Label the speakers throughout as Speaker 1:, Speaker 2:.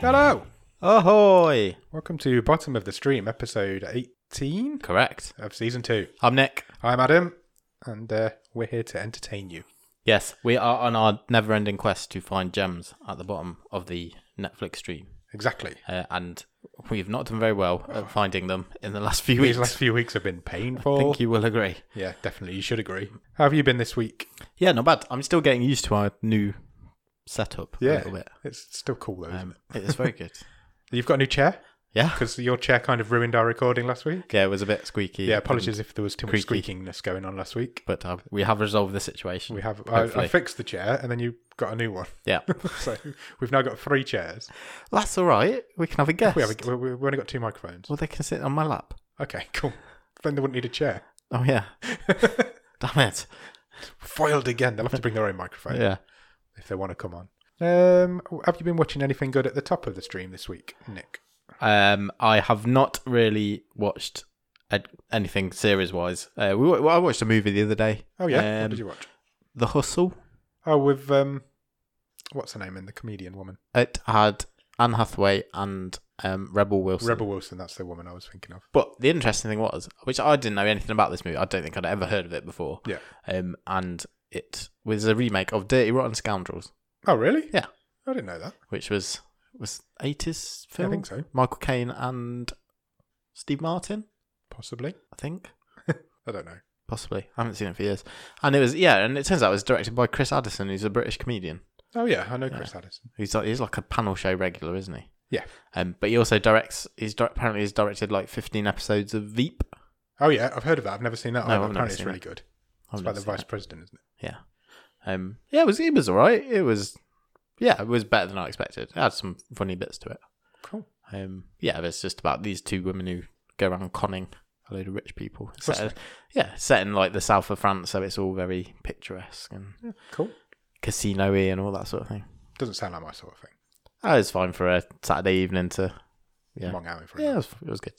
Speaker 1: Hello.
Speaker 2: Ahoy!
Speaker 1: Welcome to Bottom of the Stream, episode 18
Speaker 2: Correct.
Speaker 1: of season two.
Speaker 2: I'm Nick.
Speaker 1: I'm Adam, and uh, we're here to entertain you.
Speaker 2: Yes, we are on our never ending quest to find gems at the bottom of the Netflix stream.
Speaker 1: Exactly.
Speaker 2: Uh, and we've not done very well at finding them in the last few
Speaker 1: These
Speaker 2: weeks.
Speaker 1: last few weeks have been
Speaker 2: I
Speaker 1: painful.
Speaker 2: think you will agree.
Speaker 1: Yeah, definitely. You should agree. How have you been this week?
Speaker 2: Yeah, not bad. I'm still getting used to our new setup a
Speaker 1: Yeah,
Speaker 2: little bit.
Speaker 1: it's still cool though. isn't
Speaker 2: Um, it is very good.
Speaker 1: it? You've got a new chair
Speaker 2: Yeah.
Speaker 1: because your chair kind of ruined our recording last week.
Speaker 2: Yeah, it was a bit squeaky.
Speaker 1: Yeah, apologies if there was too much
Speaker 2: creaky.
Speaker 1: squeakingness going on last week.
Speaker 2: But uh, we have resolved the situation.
Speaker 1: We have. I, I
Speaker 2: Hopefully.
Speaker 1: fixed the chair, and then you got a new one.
Speaker 2: Yeah.
Speaker 1: so we've now got three chairs.
Speaker 2: That's all right. We can have a guest.
Speaker 1: We have. A, we, we've only got two microphones.
Speaker 2: Well, they can sit on my lap.
Speaker 1: Okay, cool. Then they wouldn't need a chair.
Speaker 2: Oh, yeah. Damn it.
Speaker 1: Foiled again. They'll have to bring their own microphone
Speaker 2: Yeah.
Speaker 1: if they want to come on. Um, have you been watching anything good at the top of the stream this week, Nick?
Speaker 2: Um, I have not really watched a- anything series wise. Uh, we wa- well, I watched a movie the other day.
Speaker 1: Oh yeah, what
Speaker 2: Um,
Speaker 1: did you watch?
Speaker 2: The Hustle.
Speaker 1: Oh, with um, what's her name in the comedian woman?
Speaker 2: It had Anne Hathaway and um, Rebel Wilson.
Speaker 1: Rebel Wilson. That's the woman I was thinking of.
Speaker 2: But the interesting thing was, which I didn't know anything about this movie. I don't think I'd ever heard of it before.
Speaker 1: Yeah.
Speaker 2: Um, and it was a remake of Dirty Rotten Scoundrels,
Speaker 1: Oh really?
Speaker 2: Yeah.
Speaker 1: I didn't know that.
Speaker 2: which was was eighties
Speaker 1: Yeah, I
Speaker 2: film.
Speaker 1: think so.
Speaker 2: Michael Caine and Steve Martin,
Speaker 1: Possibly.
Speaker 2: I think.
Speaker 1: I don't know.
Speaker 2: Possibly. I haven't seen it for years. And it was yeah, and it turns out it was directed by Chris Addison, who's a British comedian.
Speaker 1: Oh yeah, I know Chris Addison.
Speaker 2: He's like he's like a panel show regular, isn't he?
Speaker 1: Yeah.
Speaker 2: Um, but he also directs. He's di- apparently he's directed like fifteen episodes of Veep.
Speaker 1: Oh yeah, I've heard of that. I've never seen that.
Speaker 2: No,
Speaker 1: either.
Speaker 2: I've never
Speaker 1: apparently it's
Speaker 2: seen
Speaker 1: really
Speaker 2: it.
Speaker 1: good.
Speaker 2: I've
Speaker 1: It's about
Speaker 2: never
Speaker 1: the
Speaker 2: seen
Speaker 1: vice
Speaker 2: it.
Speaker 1: president, isn't it?
Speaker 2: Yeah. Um. Yeah. It was. It was all right. It was. Yeah. It was better than I expected. It had some funny bits to it.
Speaker 1: Cool.
Speaker 2: Um. Yeah. It's just about these two women who go around conning a load of rich people. It's Set, yeah. Set in like the south of France, so it's all very picturesque and
Speaker 1: Cool.
Speaker 2: casino-y and all that sort of thing.
Speaker 1: Doesn't sound like my sort of thing.
Speaker 2: Oh, it's fine for a Saturday evening to. Yeah.
Speaker 1: Long hour for
Speaker 2: Yeah. It
Speaker 1: yeah.
Speaker 2: was, it was good.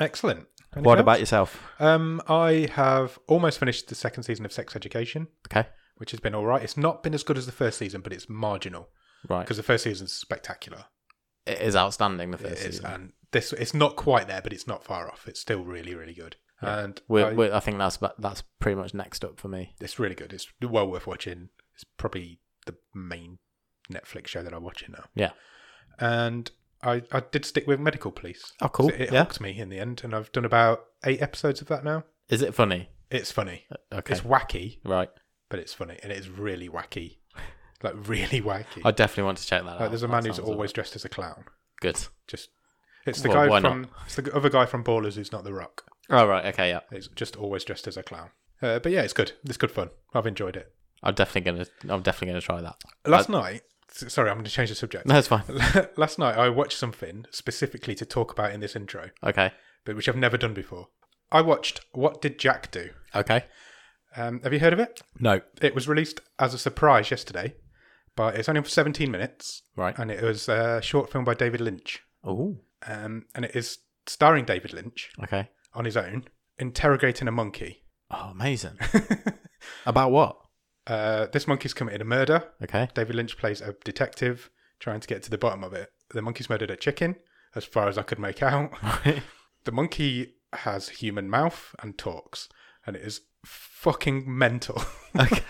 Speaker 1: Excellent. Anything
Speaker 2: What
Speaker 1: else?
Speaker 2: about yourself?
Speaker 1: Um, I have almost finished the second season of Sex Education,
Speaker 2: Okay.
Speaker 1: which has been all right. It's not been as good as the first season, but it's marginal
Speaker 2: Right.
Speaker 1: because the first season's spectacular.
Speaker 2: it is outstanding. The first
Speaker 1: it is, uh,
Speaker 2: season.
Speaker 1: and this it's not quite there, but it's not far off. It's still really, really good, and
Speaker 2: We're,
Speaker 1: I-
Speaker 2: we're, I think that's about- that's pretty much next up for me.
Speaker 1: it's really good. It's well worth watching. It's probably the main Netflix show that I'm watching now.
Speaker 2: Yeah.
Speaker 1: and I I did stick with Medical Police.
Speaker 2: Oh, cool.
Speaker 1: It, it
Speaker 2: Yeah.
Speaker 1: hooked me in the end, and I've done about eight episodes of that now.
Speaker 2: Is it funny?
Speaker 1: It's funny.
Speaker 2: Okay.
Speaker 1: It's wacky,
Speaker 2: right.
Speaker 1: but it's funny, and it's really wacky, like really wacky.
Speaker 2: I definitely want to check that out.
Speaker 1: Like, there's a
Speaker 2: That
Speaker 1: man who's
Speaker 2: sounds all
Speaker 1: always dressed as a clown.
Speaker 2: good.
Speaker 1: Just it's the
Speaker 2: Well,
Speaker 1: guy
Speaker 2: why not?
Speaker 1: from it's the other guy from Ballers who's not the Rock.
Speaker 2: Oh right. Okay. Yeah.
Speaker 1: It's just always dressed as a clown. Uh, but yeah, it's good. It's good fun. I've enjoyed it.
Speaker 2: I'm definitely gonna. I'm definitely gonna try that.
Speaker 1: Last night, s- sorry, I'm going to change the subject.
Speaker 2: Uh, No, it's fine.
Speaker 1: Last night, I watched something specifically to talk about in this intro,
Speaker 2: Okay.
Speaker 1: but which I've never done before. I watched What Did Jack Do?
Speaker 2: Okay.
Speaker 1: Um, have you heard of it?
Speaker 2: No.
Speaker 1: It was released as a surprise yesterday, but it's only for 17 minutes,
Speaker 2: Right.
Speaker 1: and it was a short film by David Lynch.
Speaker 2: Oh.
Speaker 1: Um, and it is starring David Lynch
Speaker 2: Okay.
Speaker 1: on his own, interrogating a monkey.
Speaker 2: Oh, amazing. About what?
Speaker 1: Uh, this monkey's committed a murder,
Speaker 2: Okay.
Speaker 1: David Lynch plays a detective trying to get to the bottom of it. The monkey's murdered a chicken, as far as I could make out. the monkey has human mouth and talks, and it is fucking mental.
Speaker 2: Okay.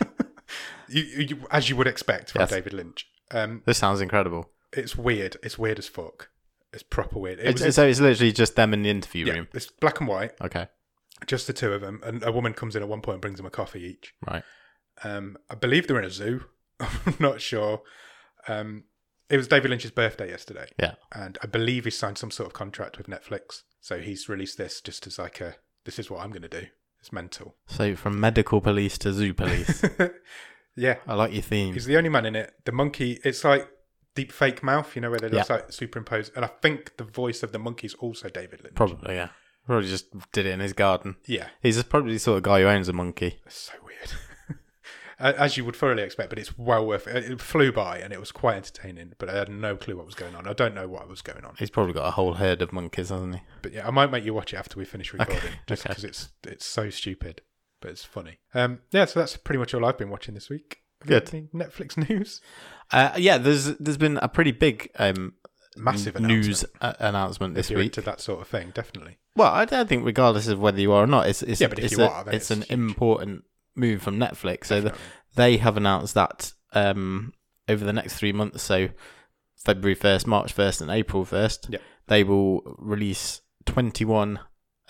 Speaker 1: you, you, as you would expect from
Speaker 2: Yes.
Speaker 1: David Lynch. Um,
Speaker 2: this sounds incredible.
Speaker 1: it's weird. It's weird as fuck. It's proper weird. It
Speaker 2: It's,
Speaker 1: was
Speaker 2: so it's literally just them in the interview
Speaker 1: yeah,
Speaker 2: room.
Speaker 1: it's black and white,
Speaker 2: Okay.
Speaker 1: just the two of them, and a woman comes in at one point and brings them a coffee each.
Speaker 2: Right.
Speaker 1: Um, I believe they're in a zoo. I'm not sure. Um, it was David Lynch's birthday yesterday.
Speaker 2: Yeah.
Speaker 1: And I believe he signed some sort of contract with Netflix. So he's released this just as like a this is what I'm going to do. It's mental.
Speaker 2: So from medical police to zoo police.
Speaker 1: yeah.
Speaker 2: I like your theme.
Speaker 1: He's the only man in it. The monkey, it's like deep fake mouth, you know, where they just like superimpose. And I think the voice of the monkey's also David Lynch.
Speaker 2: Probably, yeah. Probably just did it in his garden.
Speaker 1: Yeah.
Speaker 2: He's just probably the sort of guy who owns a monkey.
Speaker 1: It's so weird. A- As you would thoroughly expect, but it's well worth it. It flew by and it was quite entertaining, but I had no clue what was going on. I don't know what was going on.
Speaker 2: He's probably got a whole herd of monkeys, hasn't he?
Speaker 1: But yeah, I might make you watch it after we finish recording, just
Speaker 2: okay.
Speaker 1: because it's it's so stupid, but it's funny. Um, yeah, so that's pretty much all I've been watching this week. Have you
Speaker 2: Good.
Speaker 1: had any Netflix news.
Speaker 2: Uh, yeah, there's there's been a pretty big um,
Speaker 1: Massive
Speaker 2: news a- announcement
Speaker 1: If
Speaker 2: this
Speaker 1: you're
Speaker 2: week.
Speaker 1: into that sort of thing, definitely.
Speaker 2: Well, I, I think regardless of whether you are or not, it's it's
Speaker 1: Yeah, but if
Speaker 2: it's,
Speaker 1: you
Speaker 2: a-
Speaker 1: are, then
Speaker 2: it's,
Speaker 1: it's
Speaker 2: an
Speaker 1: huge.
Speaker 2: important move from Netflix. So the,
Speaker 1: Definitely.
Speaker 2: they have announced that um, over the next three months, so February first, March first, and April first,
Speaker 1: Yeah.
Speaker 2: they will release twenty one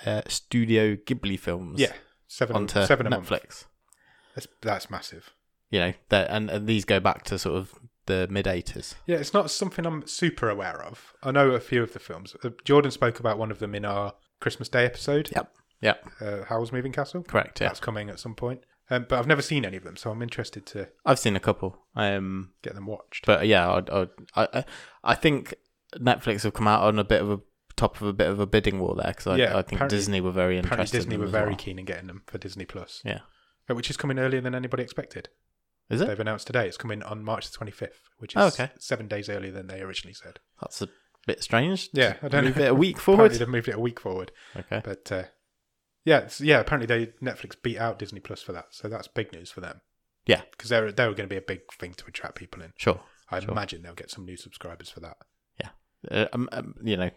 Speaker 2: uh, Studio Ghibli films.
Speaker 1: yeah, seven
Speaker 2: onto
Speaker 1: seven a month.
Speaker 2: Netflix.
Speaker 1: That's, that's massive.
Speaker 2: You know, they're- and, and these go back to sort of the mid eighties.
Speaker 1: Yeah, it's not something I'm super aware of. I know a few of the films. Uh, Jordan spoke about one of them in our Christmas Day episode.
Speaker 2: Yep. Yep.
Speaker 1: Uh, Howl's Moving Castle.
Speaker 2: Correct. Yeah.
Speaker 1: That's coming at some point. Um, but I've never seen any of them, so I'm interested to
Speaker 2: I've seen a couple. Um,
Speaker 1: get them watched.
Speaker 2: But yeah, I'd, I'd, I I I think Netflix have come out on a bit of a top of a bit of a bidding war there because I,
Speaker 1: Yeah,
Speaker 2: I think
Speaker 1: apparently-
Speaker 2: Disney were very interested.
Speaker 1: Apparently, Disney
Speaker 2: in
Speaker 1: were
Speaker 2: them as
Speaker 1: very
Speaker 2: well.
Speaker 1: keen in getting them for Disney Plus,
Speaker 2: Yeah,
Speaker 1: uh, which is coming earlier than anybody expected.
Speaker 2: is it?
Speaker 1: They've announced today it's coming on March the 25th, which is
Speaker 2: Oh, okay.
Speaker 1: seven days earlier than they originally said.
Speaker 2: That's a bit strange.
Speaker 1: Yeah, I don't
Speaker 2: Move
Speaker 1: know.
Speaker 2: it a week
Speaker 1: Apparently,
Speaker 2: forward.
Speaker 1: they've moved it a week forward.
Speaker 2: Okay.
Speaker 1: But uh, yeah, it's, yeah. Apparently, they Netflix beat out Disney Plus for that, so that's big news for them.
Speaker 2: Yeah.
Speaker 1: because they're they were going to be a big thing to attract people in.
Speaker 2: Sure.
Speaker 1: I
Speaker 2: Sure.
Speaker 1: imagine they'll get some new subscribers for that.
Speaker 2: Uh, um, um, you know,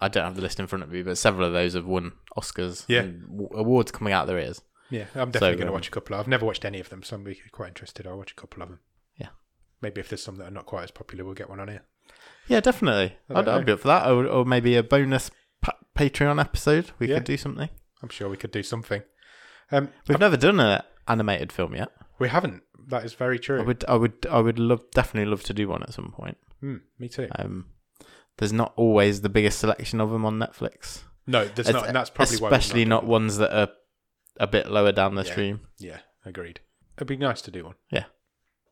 Speaker 2: I don't have the list in front of me, but several of those have won Oscars.
Speaker 1: Yeah.
Speaker 2: and w- awards coming out their ears.
Speaker 1: Yeah, I'm definitely going to
Speaker 2: um,
Speaker 1: watch a couple. I've never watched any of them, so I'm really quite interested. I'll watch a couple of them.
Speaker 2: Yeah.
Speaker 1: maybe if there's some that are not quite as popular, we'll get one on here.
Speaker 2: Yeah, definitely.
Speaker 1: I
Speaker 2: I'd,
Speaker 1: don't
Speaker 2: I'd
Speaker 1: know.
Speaker 2: be up for that, or, or maybe a bonus pa- Patreon episode. We
Speaker 1: Yeah.
Speaker 2: could do something.
Speaker 1: I'm sure we could do something. Um,
Speaker 2: We've never done an animated film yet.
Speaker 1: we haven't. That is very
Speaker 2: I
Speaker 1: true.
Speaker 2: would, I would, I would love, definitely love to do one at some point.
Speaker 1: Hmm, me too.
Speaker 2: Um, there's not always the biggest selection of them on Netflix,
Speaker 1: No, there's
Speaker 2: Es-
Speaker 1: not, and that's probably why. we've
Speaker 2: especially not, ones that are a bit lower down the
Speaker 1: Yeah.
Speaker 2: stream.
Speaker 1: Yeah, agreed. It'd be nice to do one.
Speaker 2: Yeah.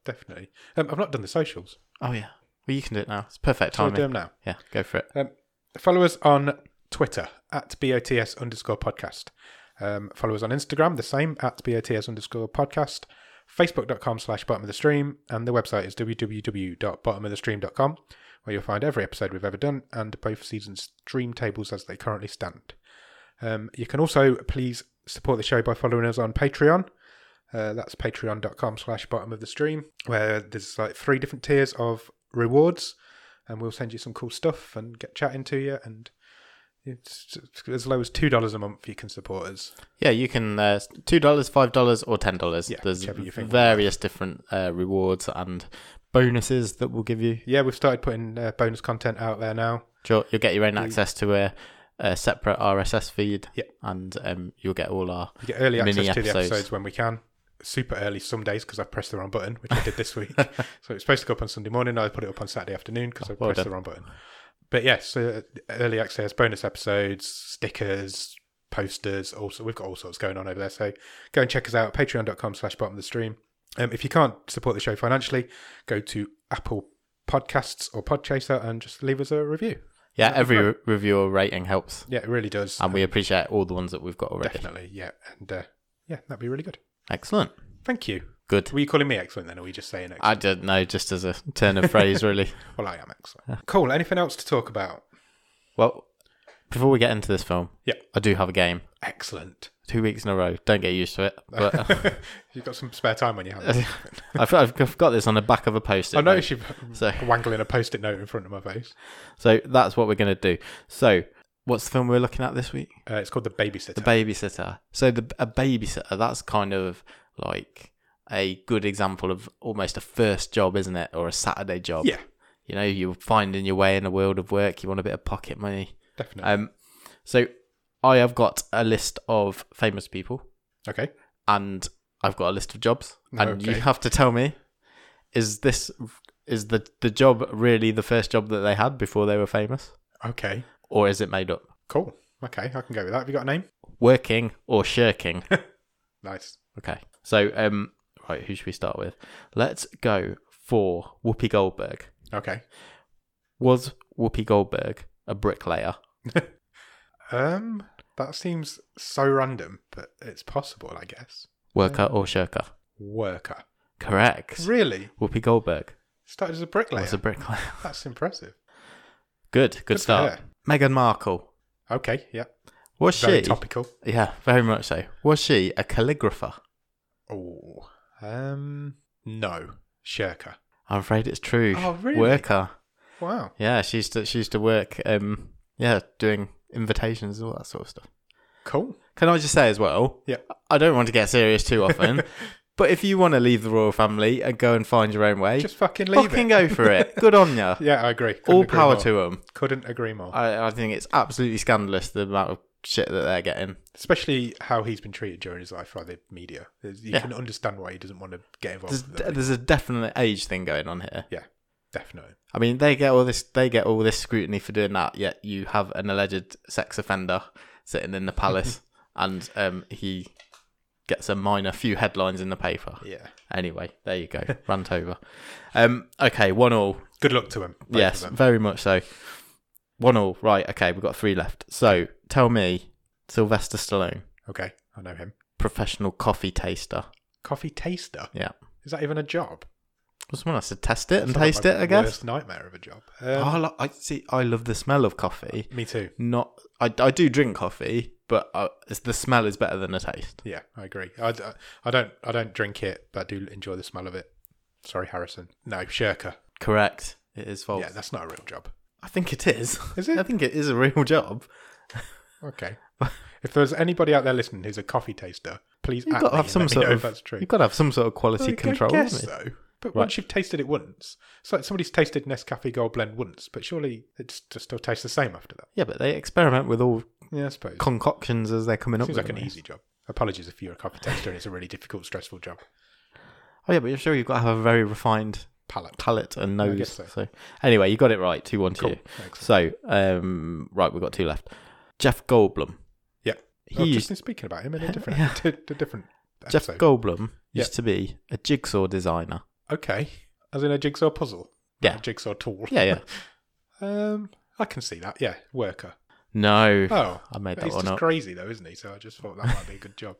Speaker 1: definitely. Um, I've not done the socials.
Speaker 2: Oh yeah, well you can do it now. It's perfect
Speaker 1: Shall I do
Speaker 2: timing.
Speaker 1: them now?
Speaker 2: Yeah, go for it.
Speaker 1: Um, follow us on Twitter at BOTS underscore podcast. Um, follow us on Instagram, the same at BOTS underscore podcast. Facebook.com slash bottom of the stream. And the website is www.bottomofthestream.com, where you'll find every episode we've ever done and both seasons' stream tables as they currently stand. Um, you can also please support the show by following us on Patreon. Uh, that's patreon.com slash bottom of the stream, where there's like three different tiers of rewards and we'll send you some cool stuff and get chatting to you. And it's, it's as low as two dollars a month you can support us.
Speaker 2: Yeah, you can uh, two dollars, five dollars, or ten dollars.
Speaker 1: Yeah,
Speaker 2: there's
Speaker 1: whichever you think.
Speaker 2: various different uh, rewards and bonuses that we'll give you.
Speaker 1: Yeah, we've started putting uh, bonus content out there now.
Speaker 2: You'll, you'll get your own access to a, a separate RSS feed.
Speaker 1: Yeah.
Speaker 2: and um, you'll get all our
Speaker 1: You get early access
Speaker 2: Mini
Speaker 1: to the
Speaker 2: episodes.
Speaker 1: episodes when we can. Super early some days because I pressed the wrong button, which I did this week. so it's supposed to go up on Sunday morning. I put it up on Saturday afternoon because I
Speaker 2: Oh, well
Speaker 1: pressed
Speaker 2: done.
Speaker 1: the wrong button. But yes, uh, early access, bonus episodes, stickers, posters. Also, we've got all sorts going on over there. So go and check us out. Patreon.com slash bottom of the stream. Um, if you can't support the show financially, go to Apple Podcasts or Podchaser and just leave us a review.
Speaker 2: yeah.
Speaker 1: That'd be
Speaker 2: Every re- review or rating helps,
Speaker 1: Yeah, it really does.
Speaker 2: and we appreciate all the ones that we've got already.
Speaker 1: Definitely. Yeah. And uh, yeah, that'd be really good.
Speaker 2: Excellent.
Speaker 1: Thank you.
Speaker 2: Good.
Speaker 1: Were you calling me excellent then, or were you just saying excellent?
Speaker 2: I don't know, just as a turn of phrase, really.
Speaker 1: Well, I am excellent. Cool. Anything else to talk about?
Speaker 2: Well, before we get into this film,
Speaker 1: Yeah.
Speaker 2: I do have a game.
Speaker 1: Excellent.
Speaker 2: Two weeks in a row. Don't get used to it. But
Speaker 1: You've got some spare time on your hands.
Speaker 2: I've, I've got this on the back of a post.
Speaker 1: I noticed you
Speaker 2: So,
Speaker 1: wangling a post-it note in front of my face.
Speaker 2: so that's what we're going to do. So, what's the film we're looking at this week?
Speaker 1: Uh, it's called the babysitter.
Speaker 2: The Babysitter. So, the a babysitter. That's kind of like a good example of almost a first job, isn't it, or a Saturday job?
Speaker 1: yeah,
Speaker 2: You know, you're finding your way in the world of work. You want a bit of pocket money.
Speaker 1: definitely.
Speaker 2: Um, so I have got a list of famous people,
Speaker 1: okay.
Speaker 2: and I've got a list of jobs, and you
Speaker 1: Okay.
Speaker 2: have to tell me: is this is the the job really the first job that they had before they were famous,
Speaker 1: Okay.
Speaker 2: or is it made up?
Speaker 1: Cool. Okay, I can go with that. Have you got a name?
Speaker 2: Working or shirking?
Speaker 1: Nice.
Speaker 2: okay. So, um, right, who should we start with? Let's go for Whoopi Goldberg.
Speaker 1: Okay.
Speaker 2: Was Whoopi Goldberg a bricklayer?
Speaker 1: Um, that seems so random, but it's possible, I guess.
Speaker 2: Worker or shirker?
Speaker 1: Worker.
Speaker 2: Correct.
Speaker 1: Really?
Speaker 2: Whoopi Goldberg
Speaker 1: Started as a bricklayer.
Speaker 2: was a bricklayer.
Speaker 1: That's impressive.
Speaker 2: Good, good,
Speaker 1: Good for
Speaker 2: start.
Speaker 1: her.
Speaker 2: Meghan Markle.
Speaker 1: Okay. Yeah.
Speaker 2: Was
Speaker 1: Very
Speaker 2: she?
Speaker 1: topical.
Speaker 2: Yeah, very much so. Was she a calligrapher?
Speaker 1: Oh. Um. No. Shirker.
Speaker 2: I'm afraid it's true.
Speaker 1: Oh, really?
Speaker 2: Worker.
Speaker 1: Wow.
Speaker 2: Yeah, she used to she used to work um yeah, doing invitations and all that sort of stuff.
Speaker 1: Cool.
Speaker 2: Can I just say as well?
Speaker 1: Yeah.
Speaker 2: I don't want to get serious too often, but if you want to leave the royal family and go and find your own way,
Speaker 1: Just fucking leave
Speaker 2: fucking
Speaker 1: it.
Speaker 2: go for it. Good on ya.
Speaker 1: Yeah, I agree. Couldn't
Speaker 2: all
Speaker 1: agree
Speaker 2: power
Speaker 1: more.
Speaker 2: to them.
Speaker 1: Couldn't agree more.
Speaker 2: I, I think it's absolutely scandalous the amount of shit that they're getting.
Speaker 1: Especially how he's been treated during his life by the media. There's- You
Speaker 2: Yeah.
Speaker 1: can understand why he doesn't want to get involved.
Speaker 2: There's,
Speaker 1: with them.
Speaker 2: there's a definite age thing going on here.
Speaker 1: Definitely.
Speaker 2: I mean, they get all this they get all this scrutiny for doing that, yet you have an alleged sex offender sitting in the palace, and um, he gets a minor few headlines in the paper.
Speaker 1: Yeah.
Speaker 2: Anyway, there you go, rant over. Um, okay, one all.
Speaker 1: Good luck to him. both of
Speaker 2: yes,
Speaker 1: them.
Speaker 2: very much so. One all. Right. Okay, we've got three left. So tell me, Sylvester Stallone,
Speaker 1: Okay. I know him.
Speaker 2: professional coffee taster.
Speaker 1: Coffee taster.
Speaker 2: Yeah.
Speaker 1: Is that even a job?
Speaker 2: Someone has to test it and
Speaker 1: Sounds
Speaker 2: taste
Speaker 1: like
Speaker 2: it,
Speaker 1: my
Speaker 2: I guess.
Speaker 1: Worst nightmare of a job.
Speaker 2: Oh,
Speaker 1: Um,
Speaker 2: I, lo- I see. I love the smell of coffee.
Speaker 1: Me too.
Speaker 2: not I, I do drink coffee but uh, it's, the smell is better than the taste
Speaker 1: Yeah, I agree. I, d- I don't I don't drink it, but I do enjoy the smell of it. Sorry, Harrison. No, Shirker.
Speaker 2: correct it is false
Speaker 1: Yeah, that's not a real job.
Speaker 2: i think it is
Speaker 1: Is
Speaker 2: i
Speaker 1: it?
Speaker 2: think it is a real job
Speaker 1: Okay. if there's anybody out there listening who's a coffee taster, please
Speaker 2: You've
Speaker 1: at
Speaker 2: got to
Speaker 1: me
Speaker 2: have
Speaker 1: and
Speaker 2: some
Speaker 1: Ah, let me
Speaker 2: sort
Speaker 1: know
Speaker 2: of-
Speaker 1: if that's true.
Speaker 2: you've got to have some sort of
Speaker 1: I
Speaker 2: quality
Speaker 1: g- I
Speaker 2: control
Speaker 1: guess
Speaker 2: haven't you?
Speaker 1: so. But once you've tasted it once, it's like somebody's tasted Nescafe Gold Blend once, but surely it s- just still tastes the same after that.
Speaker 2: yeah but they experiment with all
Speaker 1: Yeah, I suppose.
Speaker 2: concoctions as they're coming up
Speaker 1: Seems
Speaker 2: with
Speaker 1: like an
Speaker 2: them.
Speaker 1: easy job. Apologies if you're a coffee taster and it's a really difficult, stressful job.
Speaker 2: oh yeah but you're sure you've got to have a very refined
Speaker 1: Palate.
Speaker 2: palate and
Speaker 1: I
Speaker 2: nose
Speaker 1: guess so.
Speaker 2: so. anyway you got it right 2-1 to
Speaker 1: Cool.
Speaker 2: you
Speaker 1: Thanks.
Speaker 2: so um right we've got two left jeff goldblum
Speaker 1: Yeah.
Speaker 2: he
Speaker 1: I've
Speaker 2: used
Speaker 1: just been speaking about him in a different,
Speaker 2: Yeah.
Speaker 1: a different
Speaker 2: jeff
Speaker 1: episode.
Speaker 2: goldblum
Speaker 1: Yeah.
Speaker 2: used to be a jigsaw designer
Speaker 1: Okay. As in a jigsaw puzzle.
Speaker 2: Yeah.
Speaker 1: A jigsaw tool.
Speaker 2: yeah yeah
Speaker 1: Um, I can see that. Yeah. Worker.
Speaker 2: no
Speaker 1: Oh.
Speaker 2: I made that
Speaker 1: He's
Speaker 2: one
Speaker 1: just
Speaker 2: up.
Speaker 1: crazy though, isn't he? So I just thought that might be a good job.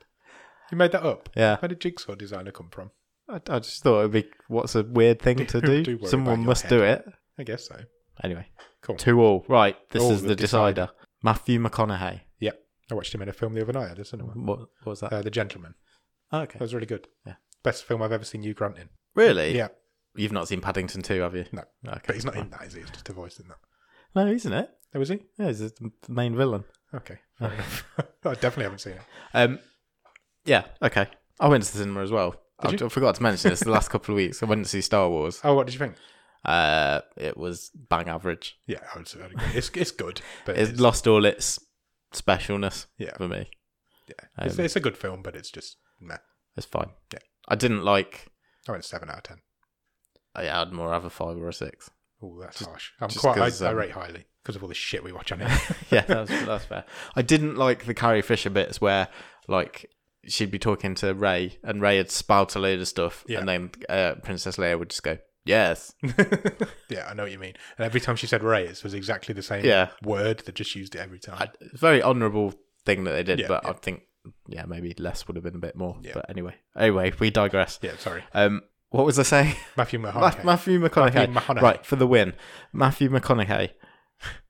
Speaker 1: You made that up.
Speaker 2: Yeah,
Speaker 1: Where did jigsaw designer come from?
Speaker 2: I, I just thought it'd be what's a weird thing to
Speaker 1: Do
Speaker 2: do.
Speaker 1: worry about
Speaker 2: Someone
Speaker 1: your
Speaker 2: must do it.
Speaker 1: I guess so.
Speaker 2: Anyway,
Speaker 1: Cool.
Speaker 2: two all. Right, this
Speaker 1: All
Speaker 2: is
Speaker 1: the
Speaker 2: the decider. Matthew McConaughey.
Speaker 1: I watched him in a film the other night at the cinema.
Speaker 2: What, what was that?
Speaker 1: Uh, the Gentleman.
Speaker 2: Oh,
Speaker 1: That
Speaker 2: okay,
Speaker 1: was really good.
Speaker 2: Yeah.
Speaker 1: Best film I've ever seen you Grant in.
Speaker 2: really?
Speaker 1: Yeah.
Speaker 2: You've not seen Paddington two, have you?
Speaker 1: No.
Speaker 2: Okay,
Speaker 1: But he's not in
Speaker 2: fine.
Speaker 1: that, is he? It's just a voice in that.
Speaker 2: No, isn't it?
Speaker 1: Oh, is he?
Speaker 2: Yeah, he's the main villain.
Speaker 1: Okay. Fair enough. I definitely haven't seen it.
Speaker 2: Um, yeah. Okay, I went to the cinema as well. I,
Speaker 1: you?
Speaker 2: I forgot to mention this the last couple of weeks. I went to see Star Wars.
Speaker 1: Oh, what did you think?
Speaker 2: Uh, it was bang average.
Speaker 1: Yeah, I would say I'd agree. It's, it's good. But
Speaker 2: It's,
Speaker 1: it's,
Speaker 2: lost all its specialness
Speaker 1: Yeah.
Speaker 2: for me.
Speaker 1: yeah. it's,
Speaker 2: um,
Speaker 1: it's a good film, but it's just, meh.
Speaker 2: It's fine.
Speaker 1: Yeah.
Speaker 2: I didn't like
Speaker 1: I went 7 out of 10.
Speaker 2: Yeah, I'd more have a five or a six.
Speaker 1: Oh, that's harsh. I'm
Speaker 2: just
Speaker 1: quite.
Speaker 2: 'cause,
Speaker 1: I, I
Speaker 2: um,
Speaker 1: rate highly because of all the shit we watch on it.
Speaker 2: yeah, that's that's fair. I didn't like the Carrie Fisher bits where like she'd be talking to Ray and Ray had spout a load of stuff,
Speaker 1: Yeah.
Speaker 2: and then uh, Princess Leia would just go, "Yes,
Speaker 1: yeah, I know what you mean. And every time she said "raise" was exactly the same
Speaker 2: yeah."
Speaker 1: word. They just used it every time.
Speaker 2: I, it's a very honourable thing that they did,
Speaker 1: Yeah,
Speaker 2: but
Speaker 1: yeah.
Speaker 2: I think yeah, maybe less would have been a bit more.
Speaker 1: Yeah.
Speaker 2: But anyway, anyway, we digress.
Speaker 1: yeah, sorry,
Speaker 2: Um, what was I saying?
Speaker 1: Matthew
Speaker 2: Ma-
Speaker 1: McConaughey.
Speaker 2: Matthew McConaughey.
Speaker 1: Matthew McConaughey.
Speaker 2: Right for the win, Matthew McConaughey,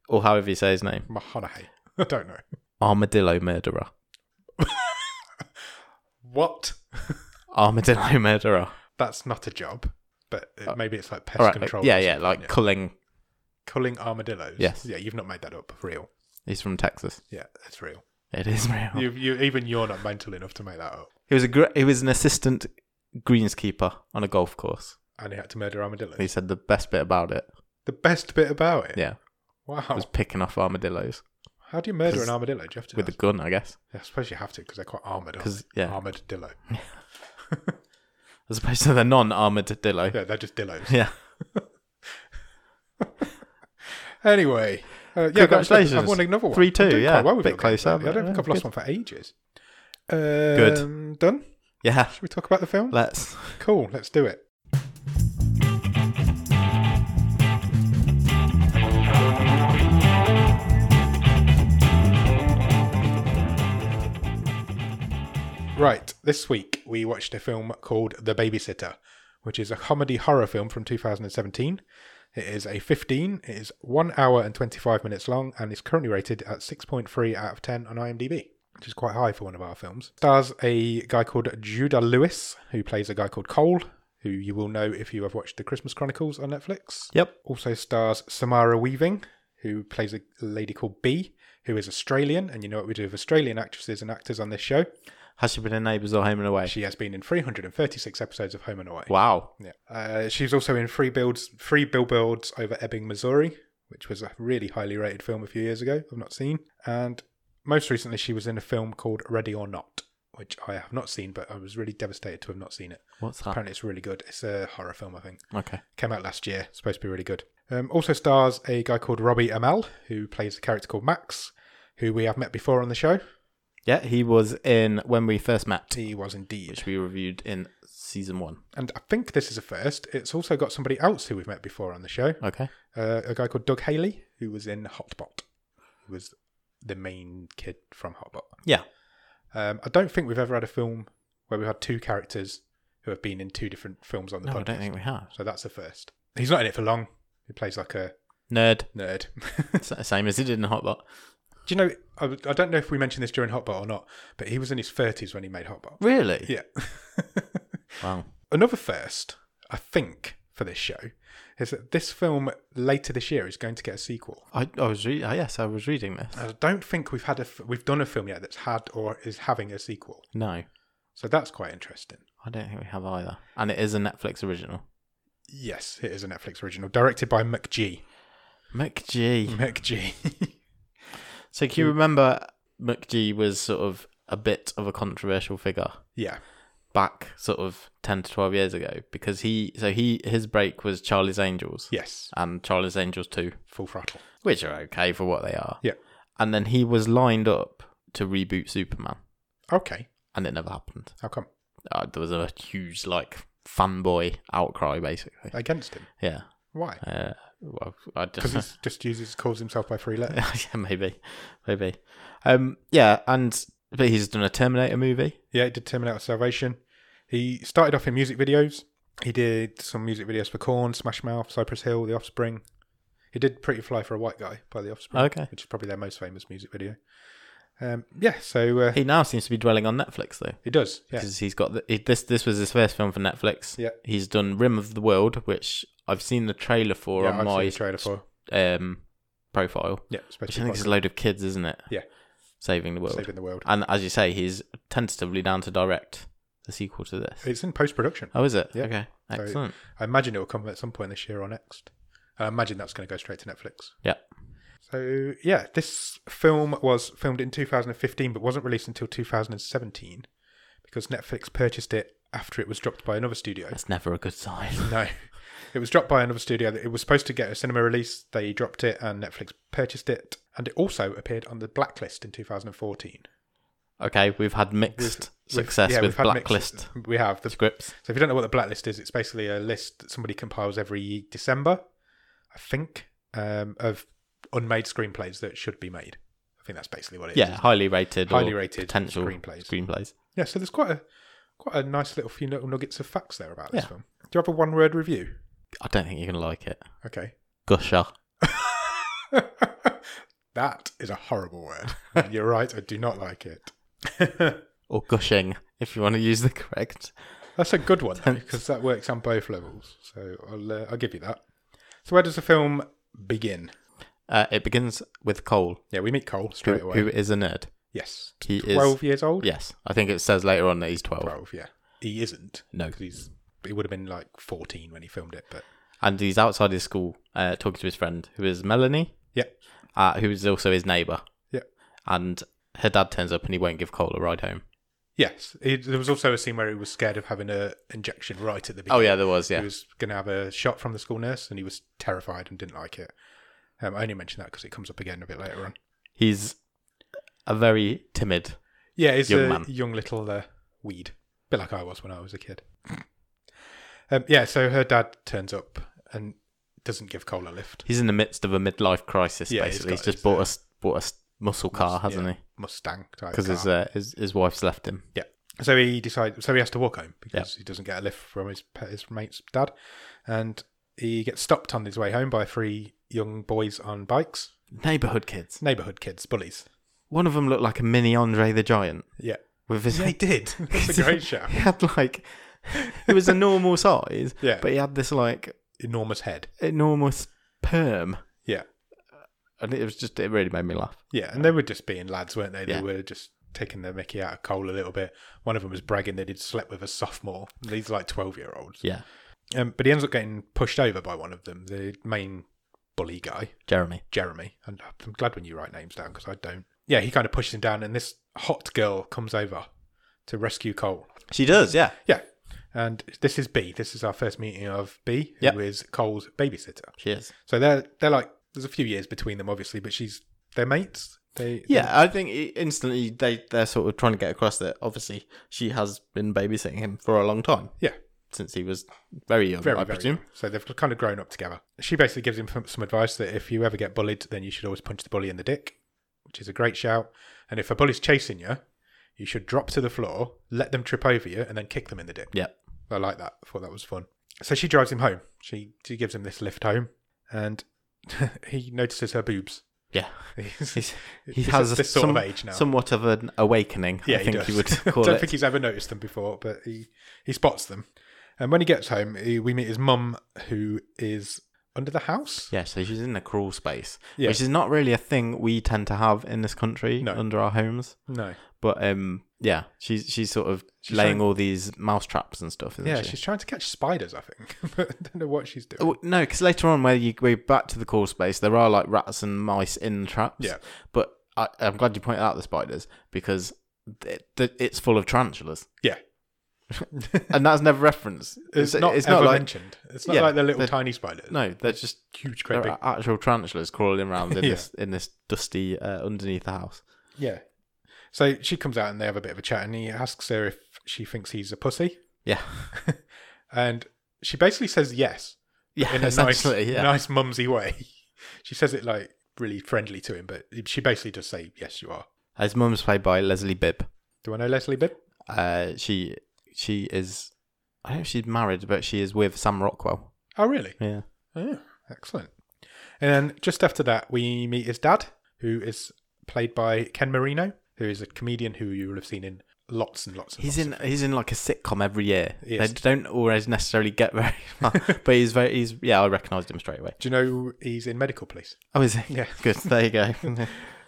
Speaker 2: or however you say his name,
Speaker 1: McConaughey. I don't know
Speaker 2: Armadillo Murderer,
Speaker 1: what.
Speaker 2: Armadillo Murderer.
Speaker 1: That's not a job, but uh, maybe it's like pest
Speaker 2: All right,
Speaker 1: control.
Speaker 2: yeah,
Speaker 1: or
Speaker 2: yeah,
Speaker 1: something,
Speaker 2: like culling
Speaker 1: culling armadillos.
Speaker 2: Yes.
Speaker 1: yeah, you've not made that up. Real.
Speaker 2: He's from Texas.
Speaker 1: Yeah, it's real.
Speaker 2: It is real.
Speaker 1: You, you even you're not mental enough to make that up.
Speaker 2: He was a gr- he was an assistant greenskeeper on a golf course.
Speaker 1: And he had to murder armadillos.
Speaker 2: He said the best bit about it,
Speaker 1: The best bit about it.
Speaker 2: yeah,
Speaker 1: Wow.
Speaker 2: was picking off armadillos
Speaker 1: How do you murder an
Speaker 2: 'cause
Speaker 1: armadillo? Do you have to?
Speaker 2: with a gun, I guess.
Speaker 1: I suppose you have to because they're quite armored. aren't
Speaker 2: 'Cause,
Speaker 1: they?
Speaker 2: yeah.
Speaker 1: Armored dillo.
Speaker 2: As opposed to the non-armored dillo.
Speaker 1: Yeah, they're just dillos.
Speaker 2: Yeah.
Speaker 1: Anyway, uh, yeah, that was good. I've
Speaker 2: Congratulations.
Speaker 1: won another one.
Speaker 2: 3-2,
Speaker 1: I'm doing
Speaker 2: yeah.
Speaker 1: quite well with
Speaker 2: Bit
Speaker 1: your games
Speaker 2: closer,
Speaker 1: lately. I don't
Speaker 2: but,
Speaker 1: think
Speaker 2: yeah,
Speaker 1: I've lost
Speaker 2: good.
Speaker 1: one for ages. Um, Done.
Speaker 2: yeah.
Speaker 1: Should we talk about the film?
Speaker 2: Let's.
Speaker 1: cool. Let's do it. Right, this week we watched a film called The Babysitter, which is a comedy horror film from 2017. It is a 15, it is 1 hour and 25 minutes long, and is currently rated at 6.3 out of 10 on IMDb, which is quite high for one of our films. Stars a guy called Judah Lewis, who plays a guy called Cole, who you will know if you have watched The Christmas Chronicles on Netflix.
Speaker 2: Yep.
Speaker 1: Also stars Samara Weaving, who plays a lady called B, who is Australian, and you know what we do with Australian actresses and actors on this show.
Speaker 2: Has she been in Neighbours or Home and Away?
Speaker 1: She has been in 336 episodes of Home and Away.
Speaker 2: wow.
Speaker 1: Yeah. Uh, she's also in Free Builds, Free Billboards over Ebbing, Missouri, which was a really highly rated film a few years ago. I've not seen. And most recently, she was in a film called Ready or Not, which I have not seen, but I was really devastated to have not seen it.
Speaker 2: What's that?
Speaker 1: Apparently, it's really good. It's a horror film, I think.
Speaker 2: Okay.
Speaker 1: Came out last year. Supposed to be really good. Um, also stars a guy called Robbie Amell, who plays a character called Max, who we have met before on the show.
Speaker 2: Yeah, he was in When We First Met,
Speaker 1: He was indeed.
Speaker 2: which we reviewed in season one.
Speaker 1: And I think this is a first. It's also got somebody else who we've met before on the show.
Speaker 2: Okay.
Speaker 1: uh, a guy called Doug Haley, who was in Hotbot, who was the main kid from Hotbot.
Speaker 2: Yeah.
Speaker 1: Um, I don't think we've ever had a film where we've had two characters who have been in two different films on the
Speaker 2: No, I
Speaker 1: podcast.
Speaker 2: don't think we have.
Speaker 1: So that's the first. He's not in it for long. He plays like a
Speaker 2: Nerd.
Speaker 1: nerd.
Speaker 2: S- Same as he did in Hotbot.
Speaker 1: Do you know? I, I don't know if we mentioned this during Hotbot or not, but he was in his thirties when he made Hotbot.
Speaker 2: Really?
Speaker 1: Yeah.
Speaker 2: Wow.
Speaker 1: Another first, I think, for this show is that this film later this year is going to get a sequel.
Speaker 2: I, I was reading. Yes, I was reading this.
Speaker 1: I don't think we've had a f- we've done a film yet that's had or is having a sequel.
Speaker 2: No,
Speaker 1: So that's quite interesting.
Speaker 2: I don't think we have either. And it is a Netflix original.
Speaker 1: Yes, it is a Netflix original directed by McG.
Speaker 2: McG.
Speaker 1: McG.
Speaker 2: So can you remember McG was sort of a bit of a controversial figure
Speaker 1: yeah.
Speaker 2: back sort of 10 to 12 years ago because he so he his break was Charlie's Angels
Speaker 1: Yes.
Speaker 2: and Charlie's Angels 2
Speaker 1: Full throttle.
Speaker 2: which are okay for what they are.
Speaker 1: Yeah.
Speaker 2: And then he was lined up to reboot Superman
Speaker 1: Okay.
Speaker 2: and it never happened.
Speaker 1: How come?
Speaker 2: Uh, there was a huge like fanboy outcry basically.
Speaker 1: Against him.
Speaker 2: Yeah.
Speaker 1: Why?
Speaker 2: Uh, well, I
Speaker 1: Because
Speaker 2: just
Speaker 1: he just uses calls himself by three letters.
Speaker 2: yeah, maybe, maybe. Um, yeah, and but he's done a Terminator movie.
Speaker 1: Yeah, he did Terminator Salvation. He started off in music videos. He did some music videos for Korn, Smash Mouth, Cypress Hill, The Offspring. He did Pretty Fly for a White Guy by The Offspring,
Speaker 2: Okay.
Speaker 1: which is probably their most famous music video. Um, yeah, so uh,
Speaker 2: He now seems to be dwelling on Netflix though,
Speaker 1: he does. Yeah.
Speaker 2: because he's got the, he, this. This was his first film for Netflix.
Speaker 1: Yeah.
Speaker 2: He's done Rim of the World, which I've seen the trailer for
Speaker 1: yeah,
Speaker 2: on
Speaker 1: I've
Speaker 2: my
Speaker 1: seen the trailer for.
Speaker 2: um profile.
Speaker 1: Yeah,
Speaker 2: Which I think is
Speaker 1: especially
Speaker 2: a load of kids, isn't it?
Speaker 1: Yeah.
Speaker 2: Saving the world.
Speaker 1: saving the world.
Speaker 2: And as you say, he's tentatively down to direct the sequel to this.
Speaker 1: It's in post production.
Speaker 2: Oh, is it?
Speaker 1: Yeah.
Speaker 2: Okay.
Speaker 1: So- uh,
Speaker 2: Excellent.
Speaker 1: I imagine it will come at some point this year or next. I imagine that's going to go straight to Netflix.
Speaker 2: Yeah.
Speaker 1: So yeah, this film was filmed in 2015, but wasn't released until 2017 because Netflix purchased it after it was dropped by another studio.
Speaker 2: That's never a good sign.
Speaker 1: No, it was dropped by another studio. It was supposed to get a cinema release. They dropped it, and Netflix purchased it. And it also appeared on the blacklist in 2014.
Speaker 2: Okay, we've had mixed success
Speaker 1: yeah,
Speaker 2: with
Speaker 1: we've had mixed-
Speaker 2: blacklist
Speaker 1: we have the
Speaker 2: scripts.
Speaker 1: So if you don't know what the blacklist is, it's basically a list that somebody compiles every December, I think, um, of unmade screenplays that should be made. I think that's basically what it is.
Speaker 2: Yeah, highly rated,
Speaker 1: Highly
Speaker 2: or
Speaker 1: rated
Speaker 2: potential
Speaker 1: screenplays.
Speaker 2: screenplays.
Speaker 1: Yeah. So there's quite a quite a nice little few little nuggets of facts there about this
Speaker 2: Yeah.
Speaker 1: film. Do you have a one word review?
Speaker 2: I don't think you're gonna like it.
Speaker 1: Okay.
Speaker 2: Gusher.
Speaker 1: that is a horrible word. And You're right. I do not like it.
Speaker 2: Or gushing, if you want to use the correct.
Speaker 1: That's a good one because that works on both levels. So I'll uh, I'll give you that. So where does the film begin?
Speaker 2: Uh, it begins with Cole,
Speaker 1: Yeah, we meet Cole
Speaker 2: who,
Speaker 1: straight away.
Speaker 2: who is a nerd.
Speaker 1: Yes.
Speaker 2: He
Speaker 1: 12
Speaker 2: is.
Speaker 1: years old?
Speaker 2: Yes, I think it says later on that he's 12.
Speaker 1: 12, yeah. He isn't.
Speaker 2: No.
Speaker 1: 'cause he's, he would have been like 14 when he filmed it, but
Speaker 2: And he's outside his school uh, talking to his friend, who is Melanie,
Speaker 1: yeah.
Speaker 2: uh, who is also his neighbour.
Speaker 1: Yeah.
Speaker 2: And her dad turns up and he won't give Cole a ride home.
Speaker 1: Yes. He, there was also a scene where he was scared of having a injection right at the
Speaker 2: Oh,
Speaker 1: beginning.
Speaker 2: yeah, there was,
Speaker 1: He
Speaker 2: yeah.
Speaker 1: was going to have a shot from the school nurse and he was terrified and didn't like it. Um, I only mention that because it comes up again a bit later on.
Speaker 2: He's a very timid
Speaker 1: Yeah, he's
Speaker 2: Young
Speaker 1: a
Speaker 2: man.
Speaker 1: young little uh, weed. bit like I was when I was a kid. um, yeah, so her dad turns up and doesn't give Cole a lift.
Speaker 2: He's in the midst of a midlife crisis.
Speaker 1: Yeah, he's
Speaker 2: basically, he's,
Speaker 1: got his,
Speaker 2: just bought us bought a s- muscle car, hasn't
Speaker 1: yeah,
Speaker 2: he?
Speaker 1: Mustang type
Speaker 2: Because
Speaker 1: car.
Speaker 2: his, uh, his his wife's left him.
Speaker 1: Yeah. So he decides. So he has to walk home because he doesn't get a lift from his pa- his mate's dad, and he gets stopped on his way home by three young boys on bikes,
Speaker 2: Neighborhood kids.
Speaker 1: neighborhood kids, bullies.
Speaker 2: One of them looked like a mini Andre the Giant
Speaker 1: Yeah,
Speaker 2: with his.
Speaker 1: yeah, he did. That's a great shout.
Speaker 2: He had like he was a normal size,
Speaker 1: Yeah.
Speaker 2: but he had this like
Speaker 1: Enormous head.
Speaker 2: enormous perm,
Speaker 1: Yeah.
Speaker 2: and it was just it really made me laugh.
Speaker 1: Yeah, and they were just being lads, weren't they? They
Speaker 2: Yeah.
Speaker 1: were just taking their mickey out of Cole a little bit. One of them was bragging that he'd slept with a sophomore. These are like 12 year olds.
Speaker 2: Yeah,
Speaker 1: Um, but he ends up getting pushed over by one of them, the main bully guy,
Speaker 2: Jeremy.
Speaker 1: Jeremy. And I'm glad when you write names down because I don't. Yeah, he kind of pushes him down, and this hot girl comes over to rescue Cole.
Speaker 2: She does, yeah.
Speaker 1: Yeah. And this is B. This is our first meeting of B, who is
Speaker 2: Yep.
Speaker 1: Cole's babysitter.
Speaker 2: She is.
Speaker 1: So they're they're like there's a few years between them, obviously, but she's they're mates. They
Speaker 2: Yeah, I think i- instantly they they're sort of trying to get across that obviously she has been babysitting him for a long time
Speaker 1: yeah.
Speaker 2: since he was very young,
Speaker 1: very,
Speaker 2: I
Speaker 1: very
Speaker 2: presume.
Speaker 1: young. So they've kind of grown up together. She basically gives him some advice that if you ever get bullied, then you should always punch the bully in the dick, which is a great shout. And if a bully's chasing you, you should drop to the floor, let them trip over you, and then kick them in the dick.
Speaker 2: Yeah.
Speaker 1: I like that. I thought that was fun. So she drives him home. She she gives him this lift home, and he notices her boobs.
Speaker 2: Yeah.
Speaker 1: He's,
Speaker 2: He's, he
Speaker 1: he's
Speaker 2: has
Speaker 1: at
Speaker 2: a,
Speaker 1: this sort
Speaker 2: some-
Speaker 1: of age now.
Speaker 2: somewhat of an awakening,
Speaker 1: yeah,
Speaker 2: I
Speaker 1: he
Speaker 2: think
Speaker 1: does.
Speaker 2: you would
Speaker 1: I
Speaker 2: call
Speaker 1: don't
Speaker 2: it.
Speaker 1: think he's ever noticed them before, but he he spots them. And when he gets home, he, we meet his mum, who is under the house.
Speaker 2: Yeah, so she's in a crawl space,
Speaker 1: Yeah.
Speaker 2: which is not really a thing we tend to have in this country
Speaker 1: No.
Speaker 2: under our homes.
Speaker 1: No.
Speaker 2: But um, yeah, she's she's sort of
Speaker 1: She's
Speaker 2: laying
Speaker 1: trying-
Speaker 2: all these mouse traps and stuff, isn't
Speaker 1: Yeah,
Speaker 2: she?
Speaker 1: she's trying to catch spiders, I think. but I don't know what she's doing.
Speaker 2: Oh, no, because later on, where you go back to the crawl space, there are like rats and mice in the traps.
Speaker 1: Yeah.
Speaker 2: But I, I'm glad you pointed out the spiders because th- th- it's full of tarantulas,
Speaker 1: Yeah.
Speaker 2: and that's never referenced.
Speaker 1: It's, not it's ever
Speaker 2: like
Speaker 1: mentioned. It's not
Speaker 2: Yeah,
Speaker 1: like the little
Speaker 2: they're-
Speaker 1: tiny spiders.
Speaker 2: no, they're just
Speaker 1: Huge, great big.
Speaker 2: there are actual tarantulas crawling around in
Speaker 1: Yeah.
Speaker 2: this in this dusty uh, underneath the house.
Speaker 1: Yeah. So she comes out and they have a bit of a chat and he asks her if she thinks he's a pussy.
Speaker 2: Yeah,
Speaker 1: And she basically says yes
Speaker 2: yeah,
Speaker 1: in a nice,
Speaker 2: essentially, yeah.
Speaker 1: nice mumsy way. she says it like really friendly to him, but she basically just say, yes, you are.
Speaker 2: His mum's played by Leslie Bibb.
Speaker 1: Do I know Leslie Bibb?
Speaker 2: Uh, she she is I don't know if she's married, but she is with Sam Rockwell.
Speaker 1: Oh, really?
Speaker 2: Yeah.
Speaker 1: Oh, excellent. And then just after that, we meet his dad, who is played by Ken Marino, who is a comedian who you will have seen in lots and lots of.
Speaker 2: He's
Speaker 1: lots
Speaker 2: in
Speaker 1: of-
Speaker 2: he's in like a sitcom every year.
Speaker 1: He
Speaker 2: They
Speaker 1: is.
Speaker 2: don't always necessarily get very far, but he's very he's yeah. I recognised him straight away.
Speaker 1: Do you know he's in Medical Police?
Speaker 2: Oh, is he?
Speaker 1: Yeah.
Speaker 2: Good. There you go.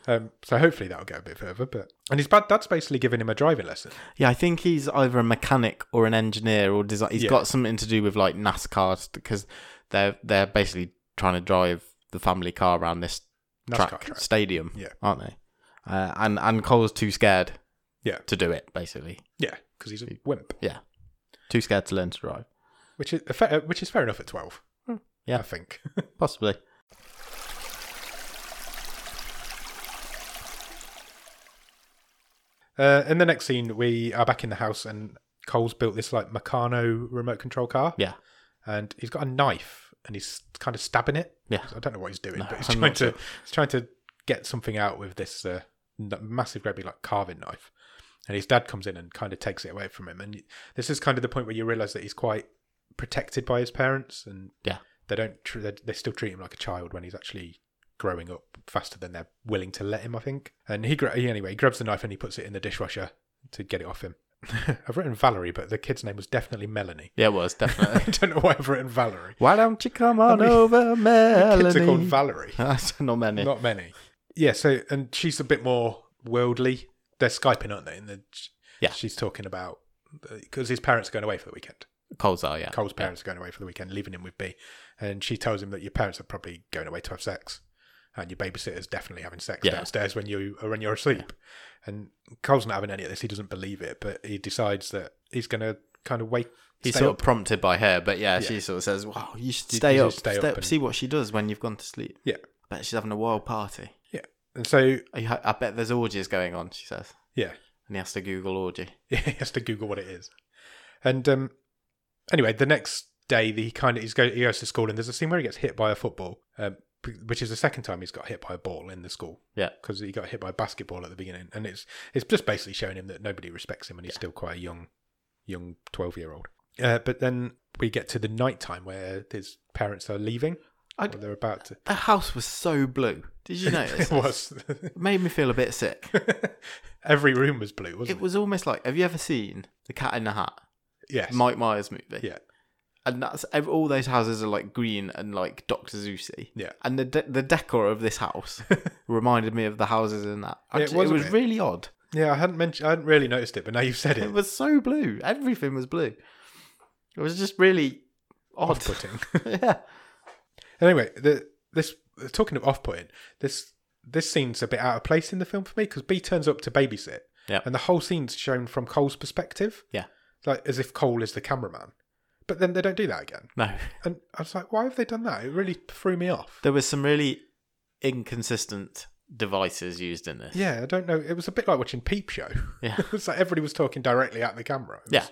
Speaker 1: Um, so hopefully that'll go a bit further. But and his bad dad's basically giving him a driving lesson.
Speaker 2: yeah, I think he's either a mechanic or an engineer or design. He's
Speaker 1: Yeah.
Speaker 2: got something to do with like NASCAR because they're they're basically trying to drive the family car around this
Speaker 1: NASCAR
Speaker 2: track,
Speaker 1: track.
Speaker 2: stadium.
Speaker 1: Yeah.
Speaker 2: aren't they? Uh, and and Cole's too scared.
Speaker 1: Yeah.
Speaker 2: To do it, basically,
Speaker 1: Yeah, because he's a wimp,
Speaker 2: too scared to learn to drive.
Speaker 1: which is fa- uh, which is fair enough at twelve.
Speaker 2: Yeah.
Speaker 1: I think.
Speaker 2: Possibly.
Speaker 1: Uh, in the next scene, we are back in the house, and Cole's built this like Meccano remote control car.
Speaker 2: Yeah.
Speaker 1: and he's got a knife, and he's kind of stabbing it.
Speaker 2: Yeah.
Speaker 1: I don't know what he's doing,
Speaker 2: No,
Speaker 1: but he's
Speaker 2: I'm
Speaker 1: trying
Speaker 2: not
Speaker 1: to he's trying to get something out with this uh, n- massive, great big like carving knife. And his dad comes in and kind of takes it away from him. And this is kind of the point where you realise that he's quite protected by his parents, and
Speaker 2: Yeah.
Speaker 1: they don't tr- they, they still treat him like a child when he's actually growing up faster than they're willing to let him. I think. And he, gra- he anyway, he grabs the knife and he puts it in the dishwasher to get it off him. I've written Valerie, but the kid's name was definitely Melanie.
Speaker 2: Yeah, it was
Speaker 1: I
Speaker 2: definitely.
Speaker 1: don't know why I've written Valerie.
Speaker 2: Why don't you come on
Speaker 1: many
Speaker 2: over,
Speaker 1: Kids are called
Speaker 2: Melanie?
Speaker 1: Valerie.
Speaker 2: That's not many.
Speaker 1: Not many. Yeah, so and she's a bit more worldly. They're skyping, aren't they? And the,
Speaker 2: Yeah.
Speaker 1: she's talking about because his parents are going away for the weekend.
Speaker 2: Coles are, yeah.
Speaker 1: Cole's parents are going away for the weekend, leaving him with B. And she tells him that your parents are probably going away to have sex, and your babysitter's definitely having sex
Speaker 2: Yeah.
Speaker 1: downstairs when you are when you're asleep. And Cole's not having any of this. He doesn't believe it, but he decides that he's going to kind of wait.
Speaker 2: He's
Speaker 1: stay
Speaker 2: sort
Speaker 1: up.
Speaker 2: of prompted by her, but yeah, she sort of says, "Wow, you should stay
Speaker 1: you
Speaker 2: up,
Speaker 1: should stay
Speaker 2: stay
Speaker 1: up
Speaker 2: up,
Speaker 1: and-
Speaker 2: see what she does when you've gone to sleep."
Speaker 1: Yeah.
Speaker 2: I bet she's having a wild party.
Speaker 1: yeah. And so
Speaker 2: I, ha- I bet there's orgies going on. She says,
Speaker 1: yeah,
Speaker 2: and he has to Google orgy.
Speaker 1: he has to Google what it is. And um, anyway, the next day, the, he kind of he's go, he goes to school, and there's a scene where he gets hit by a football, um, p- which is the second time he's got hit by a ball in the school
Speaker 2: Yeah,
Speaker 1: because he got hit by a basketball at the beginning, and it's it's just basically showing him that nobody respects him, and he's still quite a young, young twelve year old. Uh, but then we get to the night time where his parents are leaving,
Speaker 2: I-
Speaker 1: or they're about to.
Speaker 2: the house was so blue. Did you
Speaker 1: It
Speaker 2: notice?
Speaker 1: was
Speaker 2: It made me feel a bit sick.
Speaker 1: every room was blue, wasn't it?
Speaker 2: it was almost like, have you ever seen the Cat in the Hat?
Speaker 1: Yes.
Speaker 2: Mike Myers movie.
Speaker 1: Yeah.
Speaker 2: And that's ev- all those houses are like green and like Dr. Zeusy.
Speaker 1: Yeah.
Speaker 2: And the de- the decor of this house reminded me of the houses in that. I
Speaker 1: Yeah, it
Speaker 2: ju-
Speaker 1: was a
Speaker 2: it was
Speaker 1: bit.
Speaker 2: really odd.
Speaker 1: yeah, I hadn't mentioned, I hadn't really noticed it, but now you've said
Speaker 2: It
Speaker 1: it.
Speaker 2: was so blue. Everything was blue. It was just really odd.
Speaker 1: Off-putting.
Speaker 2: yeah.
Speaker 1: anyway, the, this talking of off-putting, this this scene's a bit out of place in the film for me because B turns up to babysit,
Speaker 2: Yeah.
Speaker 1: and the whole scene's shown from Cole's perspective,
Speaker 2: Yeah.
Speaker 1: like as if Cole is the cameraman. But then they don't do that again,
Speaker 2: No.
Speaker 1: and I was like, why have they done that? It really threw me off.
Speaker 2: There was some really inconsistent devices used in this.
Speaker 1: Yeah, I don't know. It was a bit like watching Peep Show.
Speaker 2: Yeah.
Speaker 1: it was like everybody was talking directly at the camera. It was-
Speaker 2: Yeah.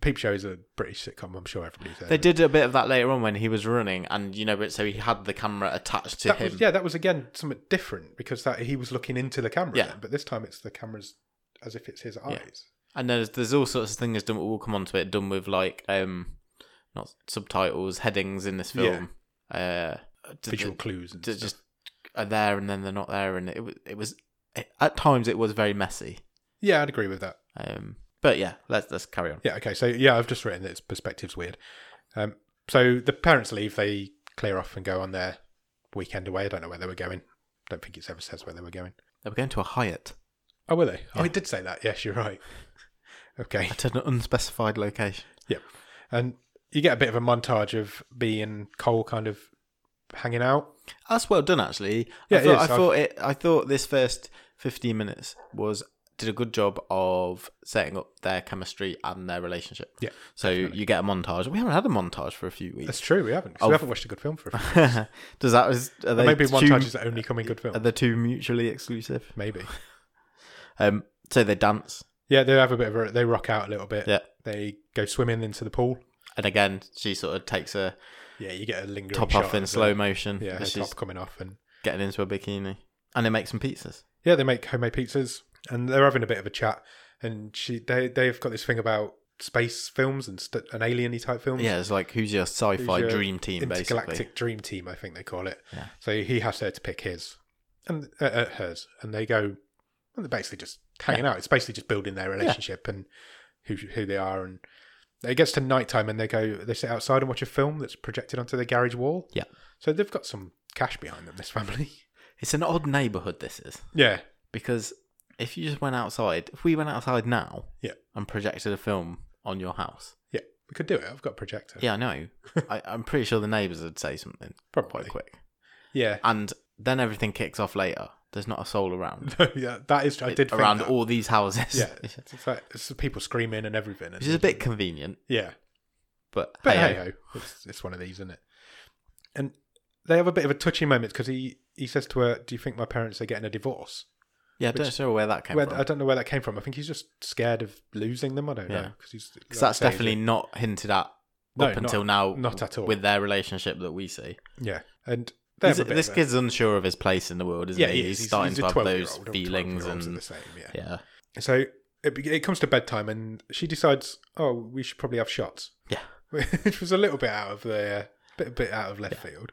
Speaker 1: Peep Show is a British sitcom. I'm sure everybody's heard
Speaker 2: They
Speaker 1: of it.
Speaker 2: did a bit of that later on when he was running, and you know, but so he had the camera attached to
Speaker 1: That
Speaker 2: him.
Speaker 1: was, yeah, that was again something different because that he was looking into the camera.
Speaker 2: Yeah.
Speaker 1: then, but this time it's the camera's as if it's his eyes.
Speaker 2: And there's there's all sorts of things done. We'll come onto it. Done with like um, not subtitles, headings in this
Speaker 1: Yeah.
Speaker 2: film. Uh, d-
Speaker 1: Visual
Speaker 2: d-
Speaker 1: clues and
Speaker 2: d-
Speaker 1: stuff.
Speaker 2: just are there and then they're not there, and it was it was it, at times it was very messy.
Speaker 1: Yeah, I'd agree with that.
Speaker 2: Um, but yeah, let's let's carry on.
Speaker 1: Yeah, okay. So yeah, I've just written that its perspective's weird. Um, so the parents leave, they clear off and go on their weekend away. I don't know where they were going. Don't think it ever says where they were going.
Speaker 2: They were going to a Hyatt
Speaker 1: Oh, were they? Oh, it did say that. Yes, you're right. Okay.
Speaker 2: at an unspecified location.
Speaker 1: And you get a bit of a montage of B and Cole kind of hanging out.
Speaker 2: That's well done, actually.
Speaker 1: Yeah,
Speaker 2: I
Speaker 1: it is.
Speaker 2: thought, I
Speaker 1: I've-
Speaker 2: thought it. I thought this first fifteen minutes was did a good job of setting up their chemistry and their relationship.
Speaker 1: Yeah,
Speaker 2: So you get a montage. We haven't had a montage for a few weeks.
Speaker 1: That's true. We haven't. 'cause
Speaker 2: Oh.
Speaker 1: We haven't watched a good film for a few.
Speaker 2: Does that was are they
Speaker 1: Maybe
Speaker 2: two,
Speaker 1: montages that only come in good
Speaker 2: are
Speaker 1: films.
Speaker 2: the two mutually exclusive?
Speaker 1: Maybe.
Speaker 2: Um, so they dance.
Speaker 1: Yeah, they have a bit of a. They rock out a little bit.
Speaker 2: Yeah,
Speaker 1: They go swimming into the pool.
Speaker 2: and again she sort of takes her
Speaker 1: Yeah, you get a lingering
Speaker 2: top
Speaker 1: shot
Speaker 2: off in
Speaker 1: of
Speaker 2: slow
Speaker 1: the-
Speaker 2: motion.
Speaker 1: Yeah, her
Speaker 2: as she's
Speaker 1: top coming off and
Speaker 2: getting into a bikini, and they make some pizzas.
Speaker 1: yeah, they make homemade pizzas and they're having a bit of a chat. And she, they, they've got this thing about space films and st- and alien type films.
Speaker 2: Yeah, it's like who's your sci-fi
Speaker 1: Who's your
Speaker 2: dream team,
Speaker 1: intergalactic
Speaker 2: basically.
Speaker 1: dream team, I think they call it.
Speaker 2: Yeah.
Speaker 1: So he has her to pick his and uh, uh, hers, and they go. And they're basically just hanging out. It's basically just building their relationship and who who they are. And it gets to nighttime, and they go. They sit outside and watch a film that's projected onto their garage wall.
Speaker 2: Yeah.
Speaker 1: So they've got some cash behind them. This family.
Speaker 2: It's an odd neighborhood. This is.
Speaker 1: yeah.
Speaker 2: because if you just went outside, if we went outside now,
Speaker 1: Yeah.
Speaker 2: and projected a film on your house,
Speaker 1: Yeah. We could do it. I've got a projector.
Speaker 2: yeah, I know. I, I'm pretty sure the neighbours would say something
Speaker 1: Probably.
Speaker 2: quite quick,
Speaker 1: Yeah.
Speaker 2: and then everything kicks off later. There's not a soul around
Speaker 1: yeah. That is. I did think
Speaker 2: around
Speaker 1: that.
Speaker 2: all these houses.
Speaker 1: Yeah. It's, like, it's the people screaming and everything. And
Speaker 2: which is a bit convenient,
Speaker 1: yeah.
Speaker 2: but,
Speaker 1: But
Speaker 2: hey-ho.
Speaker 1: hey ho, it's, it's one of these, isn't it? And they have a bit of a touchy moment because he, he says to her, Do you think my parents are getting a divorce?
Speaker 2: yeah, I don't know where that came
Speaker 1: Where,
Speaker 2: from.
Speaker 1: I don't know where that came from. I think he's just scared of losing them. I don't know.
Speaker 2: Yeah.
Speaker 1: Because he's. like
Speaker 2: Because that's
Speaker 1: I say,
Speaker 2: definitely not hinted at
Speaker 1: No,
Speaker 2: up
Speaker 1: not-
Speaker 2: until now.
Speaker 1: not at all.
Speaker 2: with their relationship that we see.
Speaker 1: Yeah. And they
Speaker 2: He's-
Speaker 1: have a bit
Speaker 2: This
Speaker 1: of a-
Speaker 2: kid's unsure of his place in the world, isn't
Speaker 1: Yeah,
Speaker 2: he?
Speaker 1: he is.
Speaker 2: He's starting
Speaker 1: a
Speaker 2: to have
Speaker 1: 12-year-old,
Speaker 2: those
Speaker 1: and
Speaker 2: feelings
Speaker 1: 12-year-olds are
Speaker 2: and
Speaker 1: the same, yeah.
Speaker 2: yeah,
Speaker 1: So it, be- it comes to bedtime, and she decides, oh, we should probably have shots,
Speaker 2: yeah.
Speaker 1: which was a little bit out of the uh, bit bit out of left field.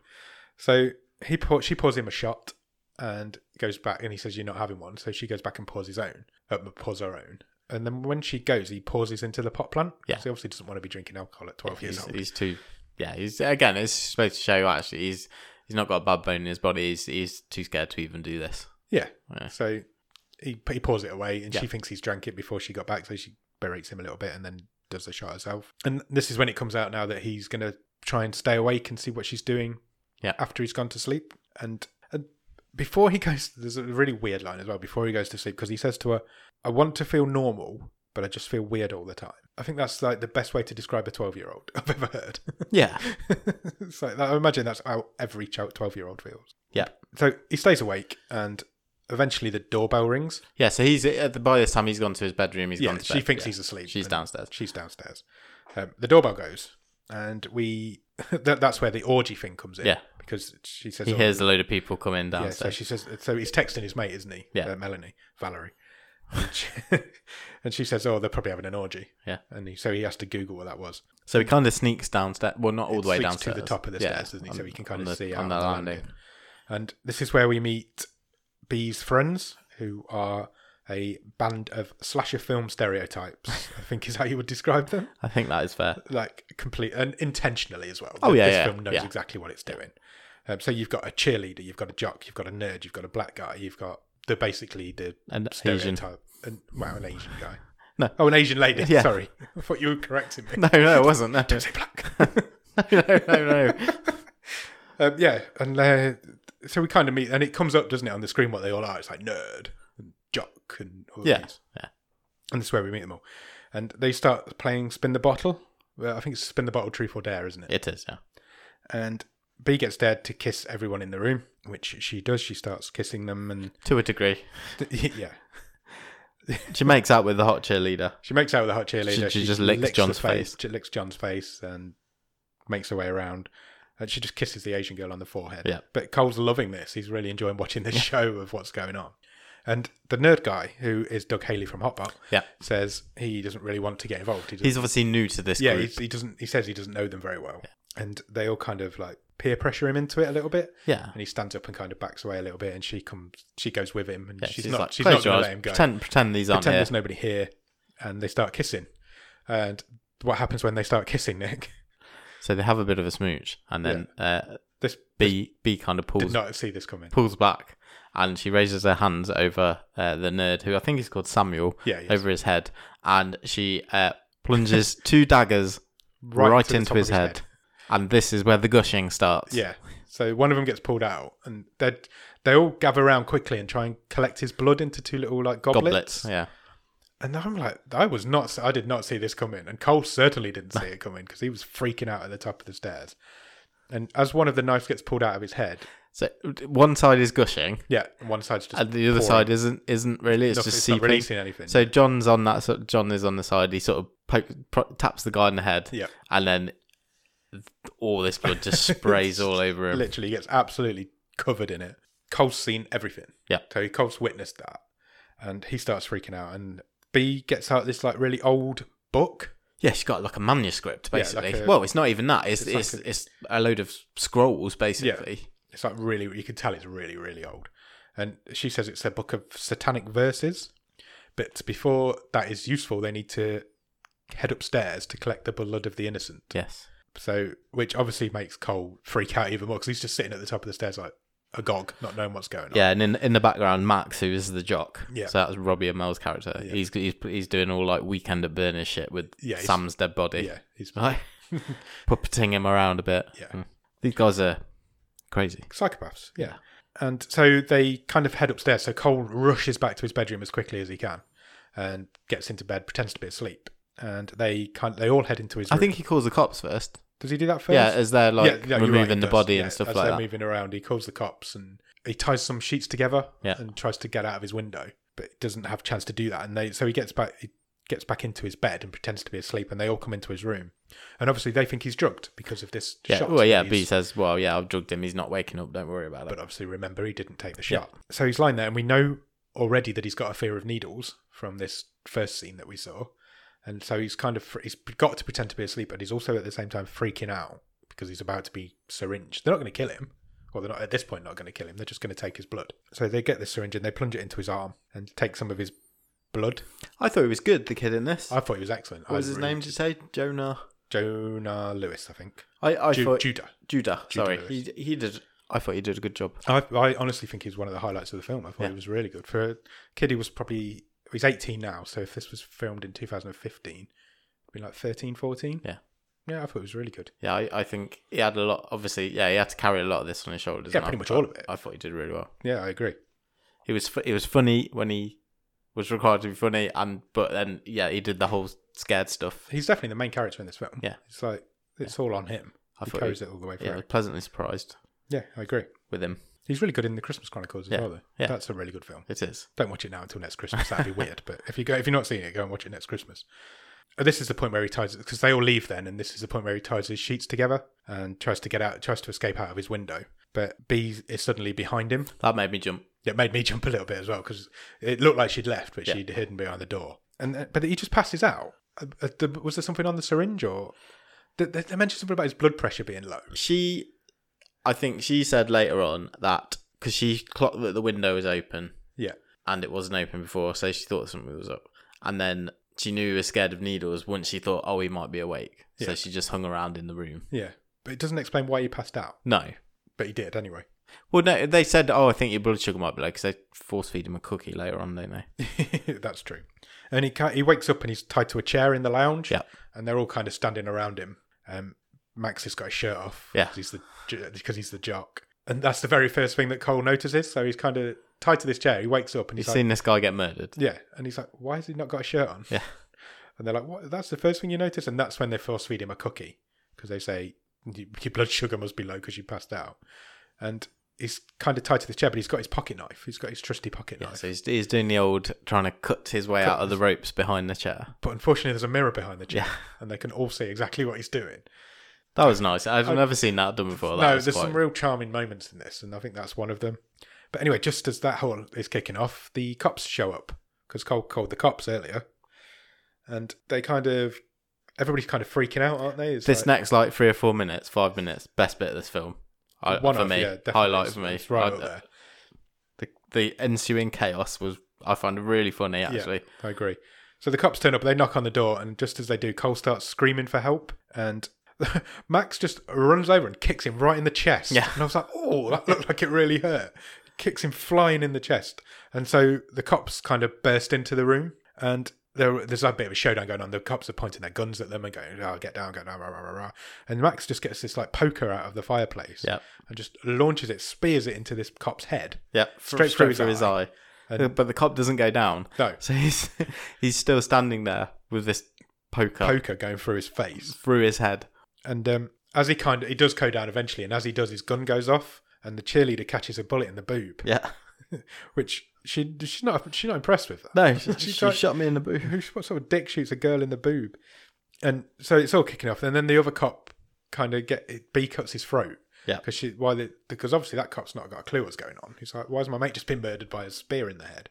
Speaker 1: So he pour, she pours him a shot and goes back, and he says, "You're not having one." So she goes back and pours his own, uh, pours her own, and then when she goes, he pauses into the pot plant. 'cause
Speaker 2: Yeah.
Speaker 1: he obviously doesn't want to be drinking alcohol at 12 years
Speaker 2: he's,
Speaker 1: old.
Speaker 2: he's too yeah he's again it's supposed to show actually he's he's not got a bad bone in his body he's he's too scared to even do this
Speaker 1: yeah.
Speaker 2: Yeah.
Speaker 1: So he he pours it away, and
Speaker 2: Yeah.
Speaker 1: she thinks he's drank it before she got back, so she berates him a little bit, and then does the shot herself. And this is when it comes out now that he's going to try and stay awake and see what she's doing.
Speaker 2: Yeah.
Speaker 1: After he's gone to sleep, and, and before he goes, there's a really weird line as well. Before he goes to sleep, because he says to her, "I want to feel normal." But I just feel weird all the time. I think that's like the best way to describe a twelve-year-old I've ever heard.
Speaker 2: yeah
Speaker 1: it's like that, I imagine that's how every twelve-year-old feels.
Speaker 2: yeah
Speaker 1: So he stays awake, and eventually the doorbell rings.
Speaker 2: yeah so he's at the, by this time he's gone to his bedroom He's
Speaker 1: Yeah,
Speaker 2: gone to
Speaker 1: she
Speaker 2: bed,
Speaker 1: thinks
Speaker 2: yeah.
Speaker 1: he's asleep.
Speaker 2: she's
Speaker 1: and
Speaker 2: downstairs
Speaker 1: She's downstairs. Um, the doorbell goes, and we that, that's where the orgy thing comes in.
Speaker 2: Yeah.
Speaker 1: because she says
Speaker 2: he
Speaker 1: oh,
Speaker 2: hears a load of people coming
Speaker 1: Yeah, so
Speaker 2: downstairs
Speaker 1: she says so. He's texting his mate, isn't he?
Speaker 2: Yeah.
Speaker 1: Uh, Melanie, Valerie, and she, and she says, "Oh, they're probably having an orgy."
Speaker 2: Yeah.
Speaker 1: and he, so he has to Google what that was.
Speaker 2: so he kind of sneaks downstairs well not all the way
Speaker 1: Sleeps
Speaker 2: downstairs
Speaker 1: to the top of the
Speaker 2: Yeah,
Speaker 1: stairs, doesn't he? so
Speaker 2: on-
Speaker 1: he can kind
Speaker 2: on
Speaker 1: of
Speaker 2: the-
Speaker 1: see out
Speaker 2: on the landing
Speaker 1: And this is where we meet B's friends, who are a band of slasher film stereotypes, I think is how you would describe them.
Speaker 2: I think that is fair.
Speaker 1: Like, complete and intentionally as well.
Speaker 2: Oh, yeah,
Speaker 1: This
Speaker 2: yeah,
Speaker 1: film knows
Speaker 2: yeah.
Speaker 1: exactly what it's doing. Um, so you've got a cheerleader, you've got a jock, you've got a nerd, you've got a black guy, you've got the basically the
Speaker 2: And Asian.
Speaker 1: stereotype. An, wow, an Asian guy.
Speaker 2: No.
Speaker 1: Oh, an Asian lady.
Speaker 2: Yeah.
Speaker 1: Sorry. I thought you were correcting me.
Speaker 2: No, no, it wasn't. No,
Speaker 1: Don't say black.
Speaker 2: no, no, no.
Speaker 1: Um, yeah, and uh, so we kind of meet, and it comes up, doesn't it, on the screen what they all are? It's like nerd and jock and all
Speaker 2: Yeah,
Speaker 1: these.
Speaker 2: yeah.
Speaker 1: And this is where we meet them all, and they start playing spin the bottle. Well, I think it's spin the bottle, truth or dare, isn't it?
Speaker 2: It is, yeah.
Speaker 1: And B gets dared to kiss everyone in the room, which she does. She starts kissing them, and
Speaker 2: To a degree.
Speaker 1: yeah,
Speaker 2: She makes out with the hot cheerleader.
Speaker 1: she makes out with the hot cheerleader.
Speaker 2: She- she just licks
Speaker 1: the
Speaker 2: John's face.
Speaker 1: She licks John's face and makes her way around. And she just kisses the Asian girl on the forehead.
Speaker 2: Yeah.
Speaker 1: But Cole's loving this. He's really enjoying watching this show of what's going on. And the nerd guy, who is Doug Haley from Hotbot,
Speaker 2: Yeah.
Speaker 1: says he doesn't really want to get involved. He doesn't,
Speaker 2: He's obviously new to this
Speaker 1: yeah,
Speaker 2: group.
Speaker 1: he's, he doesn't. He says he doesn't know them very well, and they all kind of like peer pressure him into it a little bit.
Speaker 2: Yeah.
Speaker 1: And he stands up and kind of backs away a little bit, and she comes, she goes with him, and
Speaker 2: Yeah,
Speaker 1: she's, not, she's not
Speaker 2: "Close your
Speaker 1: going to
Speaker 2: eyes.
Speaker 1: let him go
Speaker 2: Pretend, pretend these aren't
Speaker 1: pretend
Speaker 2: here.
Speaker 1: there's nobody here, and they start kissing. And what happens when they start kissing, Nick?
Speaker 2: So they have a bit of a smooch, and then uh,
Speaker 1: This
Speaker 2: B B kind of
Speaker 1: did
Speaker 2: pulls
Speaker 1: not see this coming.
Speaker 2: pulls back, and she raises her hands over uh, the nerd, who I think is called Samuel,
Speaker 1: Yeah, yes.
Speaker 2: over his head, and she uh, plunges two daggers right,
Speaker 1: to the
Speaker 2: into
Speaker 1: top of
Speaker 2: his head. and this is where the gushing starts.
Speaker 1: Yeah. So one of them gets pulled out, and they they all gather around quickly and try and collect his blood into two little like goblets.
Speaker 2: goblets. Yeah,
Speaker 1: And I'm like, I was not, I did not see this coming, and Cole certainly didn't see it coming because he was freaking out at the top of the stairs. And as one of the knives gets pulled out of his head,
Speaker 2: so one side is gushing,
Speaker 1: yeah, and one side's just
Speaker 2: and the other
Speaker 1: pouring.
Speaker 2: side isn't isn't really. It's
Speaker 1: Nothing-
Speaker 2: just
Speaker 1: it's not
Speaker 2: seeping.
Speaker 1: releasing anything.
Speaker 2: So John's on that. So John is on the side. He sort of poke, pro- taps the guy on the head.
Speaker 1: Yeah.
Speaker 2: and then all this blood just sprays all over him.
Speaker 1: literally gets absolutely covered in it. Cole's seen everything.
Speaker 2: Yeah.
Speaker 1: So he- Cole's witnessed that. And he starts freaking out. And B gets out this like really old book.
Speaker 2: Yeah, she's got like a manuscript
Speaker 1: Yeah, like
Speaker 2: basically.
Speaker 1: a-
Speaker 2: well, it's not even that. It's
Speaker 1: it's like
Speaker 2: it's it's, a load of scrolls basically.
Speaker 1: It's like really, you can tell it's really, really old. And she says it's a book of satanic verses. But before that is useful, they need to head upstairs to collect the blood of the innocent.
Speaker 2: Yes.
Speaker 1: So, which obviously makes Cole freak out even more because he's just sitting at the top of the stairs like agog, not knowing what's going on.
Speaker 2: Yeah, and in in the background, Max, who is the jock.
Speaker 1: Yeah.
Speaker 2: So that's Robbie and Mel's character.
Speaker 1: Yeah.
Speaker 2: He's he's he's doing all like weekend at Bernie's shit with
Speaker 1: Yeah, he's-
Speaker 2: Sam's dead body.
Speaker 1: Yeah. He's
Speaker 2: Like puppeting him around a bit.
Speaker 1: Yeah.
Speaker 2: Mm. These guys are crazy.
Speaker 1: psychopaths. Yeah. And so they kind of head upstairs. So Cole rushes back to his bedroom as quickly as he can, and gets into bed, pretends to be asleep. And they kind they all head into his.
Speaker 2: I
Speaker 1: Room.
Speaker 2: think he calls the cops first.
Speaker 1: does he do that first?
Speaker 2: Yeah, as they're
Speaker 1: Yeah,
Speaker 2: like
Speaker 1: yeah, you're right,
Speaker 2: removing
Speaker 1: he
Speaker 2: the
Speaker 1: does.
Speaker 2: body
Speaker 1: Yeah,
Speaker 2: and stuff
Speaker 1: as
Speaker 2: like
Speaker 1: they're
Speaker 2: that.
Speaker 1: moving around, he calls the cops and he ties some sheets together
Speaker 2: Yeah.
Speaker 1: and tries to get out of his window, but doesn't have a chance to do that. And they so he gets back he gets back into his bed and pretends to be asleep, and they all come into his room. And obviously they think he's drugged because of this
Speaker 2: Yeah.
Speaker 1: shot.
Speaker 2: Well, yeah.
Speaker 1: he's-
Speaker 2: B says, "Well, yeah, I've drugged him. He's not waking up. Don't worry about it."
Speaker 1: but obviously remember he didn't take the shot. So he's lying there, and we know already that he's got a fear of needles from this first scene that we saw, and so he's kind of fr- he's got to pretend to be asleep, but he's also at the same time freaking out because he's about to be syringed. They're not going to kill him. Well, they're not at this point. Not going to kill him. They're just going to take his blood. So they get the syringe and they plunge it into his arm and take some of his blood.
Speaker 2: I thought he was good. The kid in this.
Speaker 1: I thought he was excellent.
Speaker 2: What was
Speaker 1: I
Speaker 2: his
Speaker 1: really-
Speaker 2: name? Did you say Jonah?
Speaker 1: Jonah Lewis, I think.
Speaker 2: I, I
Speaker 1: Ju-
Speaker 2: thought
Speaker 1: Judah.
Speaker 2: Judah. Sorry,
Speaker 1: Lewis.
Speaker 2: he he did. I thought he did a good job.
Speaker 1: I, I honestly think he's one of the highlights of the film. I thought
Speaker 2: Yeah.
Speaker 1: he was really good for a kid who was probably he's 18 now. So if this was filmed in 2015, it'd be like 13, 14.
Speaker 2: Yeah.
Speaker 1: yeah, I thought it was really good.
Speaker 2: Yeah, I, I think he had a lot. Obviously, yeah, he had to carry a lot of this on his shoulders.
Speaker 1: Yeah,
Speaker 2: and
Speaker 1: pretty
Speaker 2: I-
Speaker 1: much all of it.
Speaker 2: I thought he did really well.
Speaker 1: Yeah, I agree.
Speaker 2: He was fu- he was funny when he was required to be funny, and but then yeah, he did the whole scared stuff.
Speaker 1: He's definitely the main character in this film.
Speaker 2: Yeah.
Speaker 1: it's like it's all on him.
Speaker 2: I
Speaker 1: he
Speaker 2: thought
Speaker 1: carries
Speaker 2: he-
Speaker 1: it all the way
Speaker 2: Yeah, I
Speaker 1: through.
Speaker 2: was pleasantly surprised
Speaker 1: Yeah. I agree.
Speaker 2: with him.
Speaker 1: He's really good in the Christmas Chronicles as
Speaker 2: Yeah,
Speaker 1: well. Though.
Speaker 2: yeah.
Speaker 1: that's a really good film.
Speaker 2: It is.
Speaker 1: Don't watch it now until next Christmas. That'd be weird. But if you go, if you're not seeing it, go and watch it next Christmas. Uh, This is the point where he ties because they all leave then, and this is the point where he ties his sheets together and tries to get out, tries to escape out of his window. But B is suddenly behind him.
Speaker 2: That made me jump.
Speaker 1: It made me jump a little bit as well because it looked like she'd left, but she'd hidden behind the door. And uh, but he just passes out. Uh, uh, the- Was there something on the syringe or? They, they they mentioned something about his blood pressure being low.
Speaker 2: She, I think she said later on that because she clocked that the window was open
Speaker 1: Yeah,
Speaker 2: and it wasn't open before, so she thought something was up. And then she knew he was scared of needles once she thought, oh, he might be awake. So
Speaker 1: Yeah.
Speaker 2: she just hung around in the room.
Speaker 1: Yeah. But it doesn't explain why he passed out,
Speaker 2: No.
Speaker 1: but he did anyway.
Speaker 2: Well, no, they said, oh, I think your blood sugar might be low because they force feed him a cookie later on, don't they?
Speaker 1: That's true. And he ca he wakes up and he's tied to a chair in the lounge.
Speaker 2: Yeah.
Speaker 1: And they're all kind of standing around him. Um, Max has got his shirt off.
Speaker 2: Yeah.
Speaker 1: 'cause He's the j- because he's the jock. And that's the very first thing that Cole notices. So he's kind of tied to this chair. He wakes up and
Speaker 2: You've
Speaker 1: he's like,
Speaker 2: seen this guy get murdered.
Speaker 1: yeah. And he's like, why has he not got a shirt on?
Speaker 2: Yeah.
Speaker 1: And they're like, what? That's the first thing you notice. And that's when they force feed him a cookie because they say "Y- your blood sugar must be low because you passed out. And he's kind of tied to the chair, but he's got his pocket knife. He's got his trusty pocket
Speaker 2: Yeah,
Speaker 1: knife.
Speaker 2: so he's, he's doing the old trying to cut his way out of the ropes behind the chair.
Speaker 1: But unfortunately, there's a mirror behind the chair,
Speaker 2: Yeah.
Speaker 1: and they can all see exactly what he's doing.
Speaker 2: That was nice. I've never seen that done before. That
Speaker 1: no,
Speaker 2: was
Speaker 1: there's
Speaker 2: quite-
Speaker 1: some real charming moments in this, and I think that's one of them. But anyway, just as that whole is kicking off, the cops show up because Cole called the cops earlier, and they kind of everybody's kind of freaking out, aren't they? It's
Speaker 2: this
Speaker 1: like-
Speaker 2: next like three or four minutes, five minutes, best bit of this film. I,
Speaker 1: One
Speaker 2: for
Speaker 1: of,
Speaker 2: me,
Speaker 1: yeah, definitely.
Speaker 2: highlight
Speaker 1: It's-
Speaker 2: for me.
Speaker 1: it's right
Speaker 2: I-
Speaker 1: up there.
Speaker 2: The, the ensuing chaos was I find really funny actually.
Speaker 1: I agree. So the cops turn up, they knock on the door, and just as they do, Cole starts screaming for help, and Max just runs over and kicks him right in the chest.
Speaker 2: Yeah.
Speaker 1: And I was like, oh, that looked like it really hurt. Kicks him flying in the chest. And so the cops kind of burst into the room, and there, there's a bit of a showdown going on. The cops are pointing their guns at them and going, oh, get down, get down, rah, rah, rah, rah. And Max just gets this like poker out of the fireplace
Speaker 2: Yeah,
Speaker 1: and just launches it, spears it into this cop's head.
Speaker 2: yeah,
Speaker 1: Straight through his eye.
Speaker 2: eye. but the cop doesn't go down,
Speaker 1: No,
Speaker 2: so he's he's still standing there with this poker
Speaker 1: poker going through his face.
Speaker 2: through his head.
Speaker 1: And um, as he kind of, he does go down eventually, and as he does, his gun goes off, and the cheerleader catches a bullet in the boob,
Speaker 2: Yeah,
Speaker 1: which she she's not she's not impressed with that.
Speaker 2: no, she,
Speaker 1: She
Speaker 2: she
Speaker 1: tried-
Speaker 2: shot me in the boob.
Speaker 1: Who what sort of dick shoots a girl in the boob? And so it's all kicking off, and then the other cop kind of get it, B cuts his throat.
Speaker 2: Yeah.
Speaker 1: because she why the, because obviously that cop's not got a clue what's going on. He's like, why's my mate just been murdered by a spear in the head?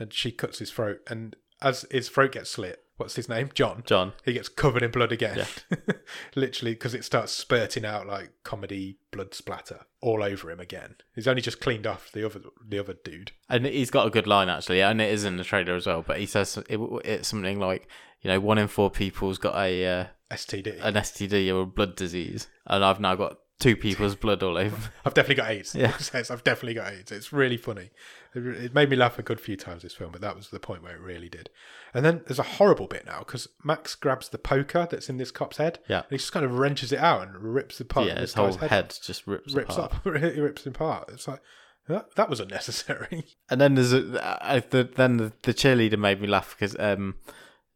Speaker 1: And she cuts his throat, and as his throat gets slit, what's his name? John.
Speaker 2: John,
Speaker 1: He gets covered in blood again. Literally, because it starts spurting out like comedy blood splatter all over him again. He's only just cleaned off the other the other dude.
Speaker 2: And he's got a good line actually, and it is in the trailer as well. But he says it, it's something like, you know, one in four people's got a uh,
Speaker 1: STD.
Speaker 2: an STD or a blood disease, and I've now got two people's blood all over. me."
Speaker 1: I've definitely got AIDS.
Speaker 2: Yeah.
Speaker 1: It says, I've definitely got AIDS. It's really funny. It, re- it made me laugh a good few times this film, but that was the point where it really did. And then there's a horrible bit now because Max grabs the poker that's in this cop's head.
Speaker 2: Yeah.
Speaker 1: And he just kind of wrenches it out and rips the part.
Speaker 2: yeah,
Speaker 1: this
Speaker 2: his whole
Speaker 1: guy's
Speaker 2: head, just rips,
Speaker 1: rips
Speaker 2: apart.
Speaker 1: up. it rips him apart. It's like that, that was unnecessary.
Speaker 2: And then there's a, I, the then the, the cheerleader made me laugh because um.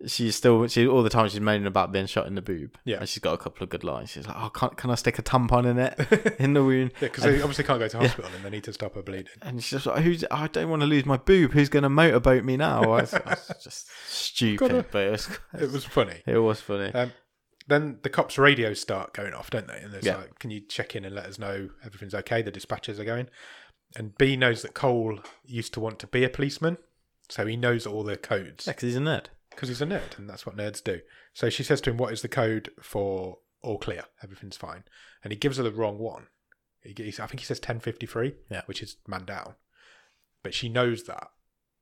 Speaker 2: She's still she all the time she's moaning about being shot in the boob.
Speaker 1: Yeah.
Speaker 2: and she's got a couple of good lines. She's like, "Oh, can can I stick a tampon in it in the wound?"
Speaker 1: Yeah, because they obviously can't go to hospital and they need to stop her bleeding.
Speaker 2: And she's just like, "Who's? I don't want to lose my boob. Who's going to motorboat me now?" I was, I was just stupid,
Speaker 1: Gotta-
Speaker 2: but it was,
Speaker 1: It was funny.
Speaker 2: it was funny.
Speaker 1: Um, then the cops' radios start going off, don't they? And there's
Speaker 2: Yeah.
Speaker 1: like, can you check in and let us know everything's okay? The dispatchers are going. And B knows that Cole used to want to be a policeman, so he knows all the codes
Speaker 2: Yeah, 'cause he's a nerd.
Speaker 1: because he's a nerd and that's what nerds do. So she says to him, What is the code for all clear? Everything's fine. And he gives her the wrong one. He, g- I think he says 1053,
Speaker 2: Yeah.
Speaker 1: which is man down. But she knows that.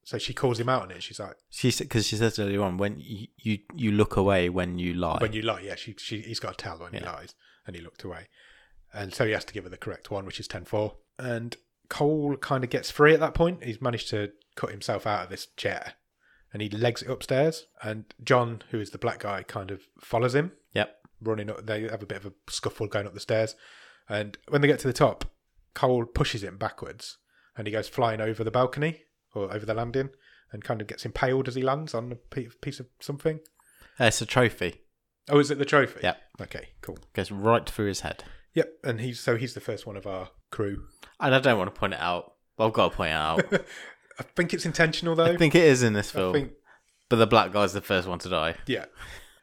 Speaker 1: So she calls him out on it. She's like,
Speaker 2: She said because she says earlier on when you, you you look away when you lie.
Speaker 1: when you lie, yeah, she, she he's got a towel when he
Speaker 2: Yeah.
Speaker 1: lies, and he looked away, and so he has to give her the correct one, which is ten four. And Cole kind of gets free at that point. He's managed to cut himself out of this chair, and he legs it upstairs. And John, who is the black guy, kind of follows him,
Speaker 2: yep.
Speaker 1: running up. They have a bit of a scuffle going up the stairs, and when they get to the top, Cole pushes him backwards, and he goes flying over the balcony or over the landing. And kind of gets impaled as he lands on a pe- piece of something.
Speaker 2: Uh, it's a trophy.
Speaker 1: Oh, is it the trophy?
Speaker 2: Yeah.
Speaker 1: Okay, cool.
Speaker 2: Goes right through his head.
Speaker 1: Yep, and he's so he's the first one of our crew.
Speaker 2: And I don't want to point it out. but I've got to point it out.
Speaker 1: I think it's intentional though.
Speaker 2: I think it is in this
Speaker 1: I
Speaker 2: film.
Speaker 1: think-
Speaker 2: But the black guy's the first one to die.
Speaker 1: yeah.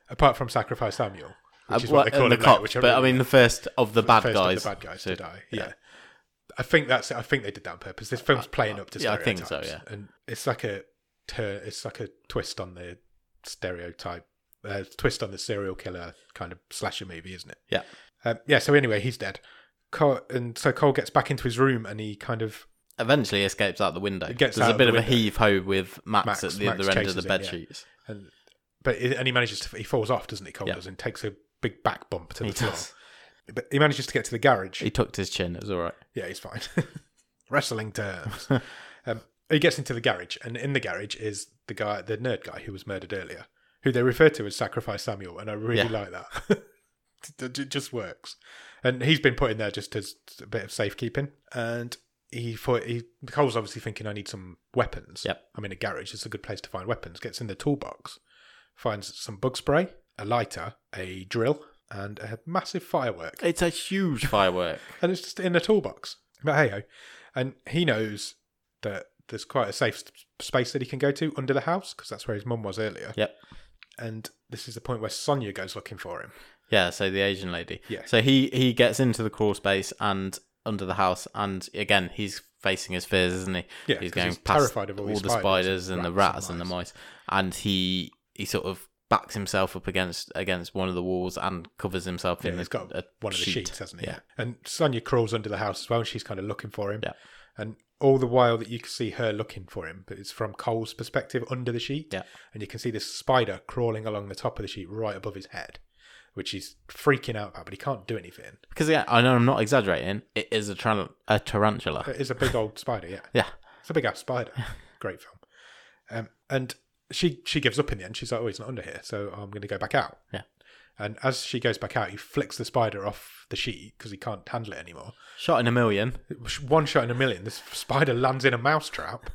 Speaker 1: Apart from sacrifice Samuel, which is
Speaker 2: Uh, well,
Speaker 1: what they call
Speaker 2: and the
Speaker 1: him
Speaker 2: cop,
Speaker 1: later, which I
Speaker 2: but I
Speaker 1: really
Speaker 2: mean the first of the bad
Speaker 1: first
Speaker 2: guys.
Speaker 1: of the bad guys
Speaker 2: So-
Speaker 1: to die. Yeah. I think that's it. I think they did that on purpose. This film's playing up to
Speaker 2: Uh, yeah, I think so,
Speaker 1: stereotypes, and it's like a tur- it's like a twist on the stereotype, uh, twist on the serial killer kind of slasher movie, isn't it?
Speaker 2: Yeah.
Speaker 1: Um, yeah. So anyway, he's dead. Cole, and so Cole gets back into his room and he kind of
Speaker 2: eventually escapes out the window.
Speaker 1: It gets
Speaker 2: There's
Speaker 1: out
Speaker 2: a
Speaker 1: of
Speaker 2: bit
Speaker 1: the
Speaker 2: of a
Speaker 1: window.
Speaker 2: heave ho with Max,
Speaker 1: Max-
Speaker 2: at the
Speaker 1: Max
Speaker 2: other end of the
Speaker 1: chases him,
Speaker 2: bed
Speaker 1: yeah.
Speaker 2: sheets.
Speaker 1: And but it, and he manages to he falls off, doesn't he? Colders and takes a big back bump to the
Speaker 2: He
Speaker 1: floor.
Speaker 2: does.
Speaker 1: But he manages to get to the garage.
Speaker 2: He tucked his chin. It was all right.
Speaker 1: Yeah, he's fine. Wrestling terms. um, he gets into the garage, and in the garage is the guy, the nerd guy who was murdered earlier, who they refer to as Sacrifice Samuel, and I really like that. it it just works, and he's been put in there just as a bit of safekeeping. And he, for he, Cole's obviously thinking, I need some weapons.
Speaker 2: Yep.
Speaker 1: I'm in a garage; it's a good place to find weapons. Gets in the toolbox, finds some bug spray, a lighter, a drill, and a massive firework
Speaker 2: It's a huge firework.
Speaker 1: and it's just in a toolbox. But hey ho, and he knows that there's quite a safe s- space that he can go to under the house because that's where his mum was earlier.
Speaker 2: Yep.
Speaker 1: And this is the point where Sonia goes looking for him.
Speaker 2: Yeah, so the Asian lady.
Speaker 1: Yeah.
Speaker 2: So he he gets into the crawl space and under the house, and again he's facing his fears, isn't he?
Speaker 1: Yeah,
Speaker 2: he's
Speaker 1: 'cause
Speaker 2: going
Speaker 1: he's
Speaker 2: past
Speaker 1: terrified of all these
Speaker 2: the
Speaker 1: spiders,
Speaker 2: spiders and the rats
Speaker 1: rats and
Speaker 2: and the mice, and he he sort of backs himself up against against one of the walls and covers himself in
Speaker 1: Yeah, he's
Speaker 2: a-
Speaker 1: got
Speaker 2: a
Speaker 1: one of the
Speaker 2: sheet.
Speaker 1: sheets, hasn't he?
Speaker 2: Yeah.
Speaker 1: And Sonia crawls under the house as well, and she's kind of looking for him.
Speaker 2: Yeah.
Speaker 1: And all the while that you can see her looking for him, but it's from Cole's perspective under the sheet.
Speaker 2: Yeah.
Speaker 1: And you can see this spider crawling along the top of the sheet right above his head, which he's freaking out about, but he can't do anything.
Speaker 2: Because yeah, I know I'm not exaggerating. It is a tran a tarantula.
Speaker 1: It is a big old spider, yeah.
Speaker 2: Yeah.
Speaker 1: It's a big ass spider. Great film. Um, and she she gives up in the end. She's like, "Oh, he's not under here, so I'm going to go back out."
Speaker 2: Yeah.
Speaker 1: And as she goes back out, he flicks the spider off the sheet because he can't handle it anymore.
Speaker 2: Shot in a million.
Speaker 1: It was One shot in a million. This spider lands in a mousetrap,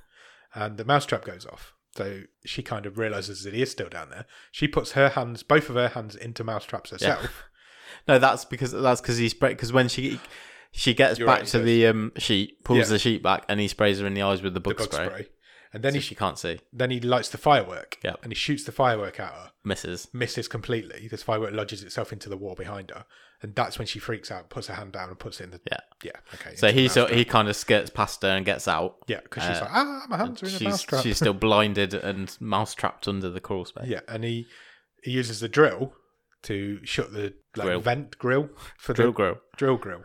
Speaker 1: and the mousetrap goes off. So she kind of realizes that he is still down there. She puts her hands, both of her hands, into mousetraps herself.
Speaker 2: No, that's because that's because he spray. Because when she she gets
Speaker 1: You're
Speaker 2: back
Speaker 1: right,
Speaker 2: to
Speaker 1: he
Speaker 2: the um sheet, pulls
Speaker 1: Yeah.
Speaker 2: the sheet back, and he sprays her in the eyes with the bug,
Speaker 1: Bug
Speaker 2: spray,
Speaker 1: spray. And then
Speaker 2: so
Speaker 1: he
Speaker 2: she can't see.
Speaker 1: then he lights the firework.
Speaker 2: Yeah.
Speaker 1: And he shoots the firework at her.
Speaker 2: Misses.
Speaker 1: misses completely. This firework lodges itself into the wall behind her, and that's when she freaks out, puts her hand down, and puts it in the
Speaker 2: Yeah.
Speaker 1: yeah. Okay. into
Speaker 2: So
Speaker 1: the
Speaker 2: he so
Speaker 1: mousetrap.
Speaker 2: he kind of skirts past her and gets out.
Speaker 1: yeah, because she's like, ah, my hands are in a
Speaker 2: She's
Speaker 1: mousetrap.
Speaker 2: she's still blinded and mouse trapped under the crawl space.
Speaker 1: Yeah, and he he uses the drill to shut the like,
Speaker 2: Grill.
Speaker 1: vent grill for
Speaker 2: Drill
Speaker 1: the
Speaker 2: grow.
Speaker 1: drill grill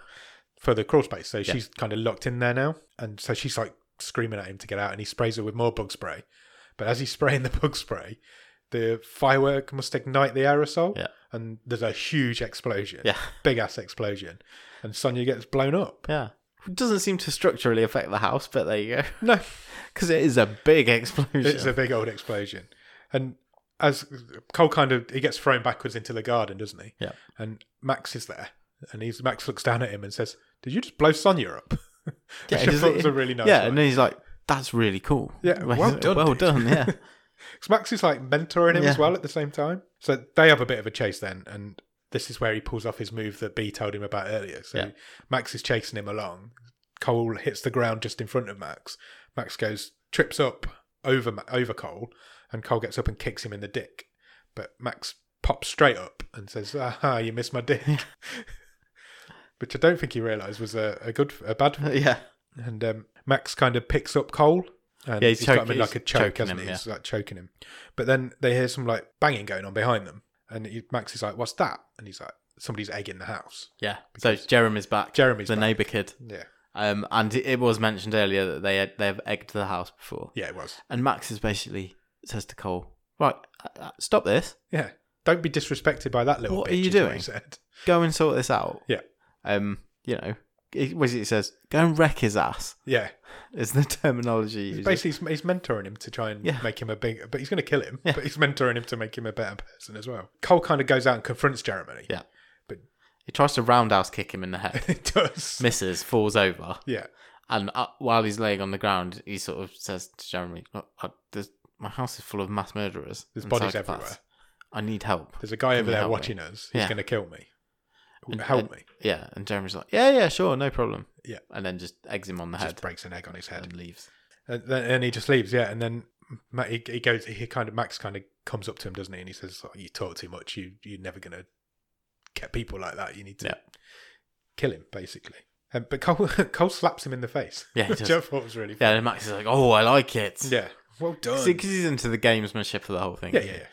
Speaker 1: for the crawl space. So she's kind of locked in there now, and so she's like screaming at him to get out, and he sprays her with more bug spray. But as he's spraying the bug spray, the firework must ignite the aerosol,
Speaker 2: Yeah.
Speaker 1: and there's a huge explosion,
Speaker 2: Yeah.
Speaker 1: big ass explosion, and Sonia gets blown up.
Speaker 2: Yeah. It doesn't seem to structurally affect the house, but there you go.
Speaker 1: No,
Speaker 2: Because it is a big explosion.
Speaker 1: it's a big old explosion, and as Cole kind of he gets thrown backwards into the garden, doesn't he?
Speaker 2: Yeah.
Speaker 1: And Max is there, and he's Max looks down at him and says, "Did you just blow Sonia up?"
Speaker 2: Yeah,
Speaker 1: Which I
Speaker 2: does
Speaker 1: thought
Speaker 2: it-
Speaker 1: was a really nice
Speaker 2: yeah,
Speaker 1: line.
Speaker 2: and then he's like, "That's really cool."
Speaker 1: Yeah, well done,
Speaker 2: well
Speaker 1: dude.
Speaker 2: done. Yeah,
Speaker 1: Because Max is like mentoring him as
Speaker 2: Yeah.
Speaker 1: well at the same time. So they have a bit of a chase then, and this is where he pulls off his move that B told him about earlier. So
Speaker 2: Yeah.
Speaker 1: Max is chasing him along. Cole hits the ground just in front of Max. Max goes trips up over Ma- over Cole, and Cole gets up and kicks him in the dick. But Max pops straight up and says, "Aha, you missed my dick," which I don't think he realised was a, a good a bad
Speaker 2: yeah.
Speaker 1: and um, Max kind of picks up Cole. And
Speaker 2: Yeah, he's
Speaker 1: he's, got
Speaker 2: choking-
Speaker 1: him in like a
Speaker 2: he's
Speaker 1: choke,
Speaker 2: choking
Speaker 1: hasn't
Speaker 2: him,
Speaker 1: he? He's like choking him. But then they hear some like banging going on behind them. And he, Max is like, what's that? And he's like, somebody's egging the house.
Speaker 2: Yeah. So Jeremy's back.
Speaker 1: Jeremy's
Speaker 2: the
Speaker 1: back.
Speaker 2: neighbor kid.
Speaker 1: Yeah.
Speaker 2: Um, and it, it was mentioned earlier that they had- they've egged the house before.
Speaker 1: Yeah, it was.
Speaker 2: And Max is basically says to Cole, "Right, uh, uh, stop this.
Speaker 1: Yeah. Don't be disrespected by that little
Speaker 2: What are
Speaker 1: bitch,
Speaker 2: you
Speaker 1: is he
Speaker 2: doing?
Speaker 1: said.
Speaker 2: Go and sort this out."
Speaker 1: Yeah.
Speaker 2: Um, you know, it, was it says, "Go and wreck his ass."
Speaker 1: Yeah.
Speaker 2: Is the terminology? he
Speaker 1: He's
Speaker 2: uses.
Speaker 1: basically, he's, he's mentoring him to try and
Speaker 2: Yeah.
Speaker 1: make him a big, but he's going to kill him.
Speaker 2: Yeah.
Speaker 1: But he's mentoring him to make him a better person as well. Cole kind of goes out and confronts Jeremy.
Speaker 2: Yeah. He tries to roundhouse kick him in the head.
Speaker 1: He does.
Speaker 2: Misses, falls over,
Speaker 1: Yeah.
Speaker 2: and uh, while he's laying on the ground, he sort of says to Jeremy, Look, I, there's, "My house is full of mass murderers.
Speaker 1: There's
Speaker 2: and
Speaker 1: bodies
Speaker 2: psychopaths.
Speaker 1: everywhere.
Speaker 2: I need help."
Speaker 1: There's a guy over there
Speaker 2: help me?
Speaker 1: watching us. He's
Speaker 2: Yeah.
Speaker 1: going to kill me.
Speaker 2: And-
Speaker 1: Help
Speaker 2: and-
Speaker 1: me.
Speaker 2: Yeah, and Jeremy's like, "Yeah, yeah, sure, no problem."
Speaker 1: Yeah.
Speaker 2: and then just eggs him on the
Speaker 1: Just
Speaker 2: head
Speaker 1: breaks an egg on his head.
Speaker 2: and leaves.
Speaker 1: And then and he just leaves, yeah. And then Ma he, he goes, he kind of Max kind of comes up to him, doesn't he? And he says, oh, "You talk too much. You you're never gonna get people like that. You need to
Speaker 2: Yeah.
Speaker 1: kill him, basically." Um, but Cole Cole slaps him in the face.
Speaker 2: Yeah, he
Speaker 1: which
Speaker 2: does.
Speaker 1: I thought was really
Speaker 2: Yeah, and Max is like, "Oh, I like it."
Speaker 1: funny. Yeah, well done.
Speaker 2: because he's into the gamesmanship of the whole thing.
Speaker 1: yeah, yeah, yeah.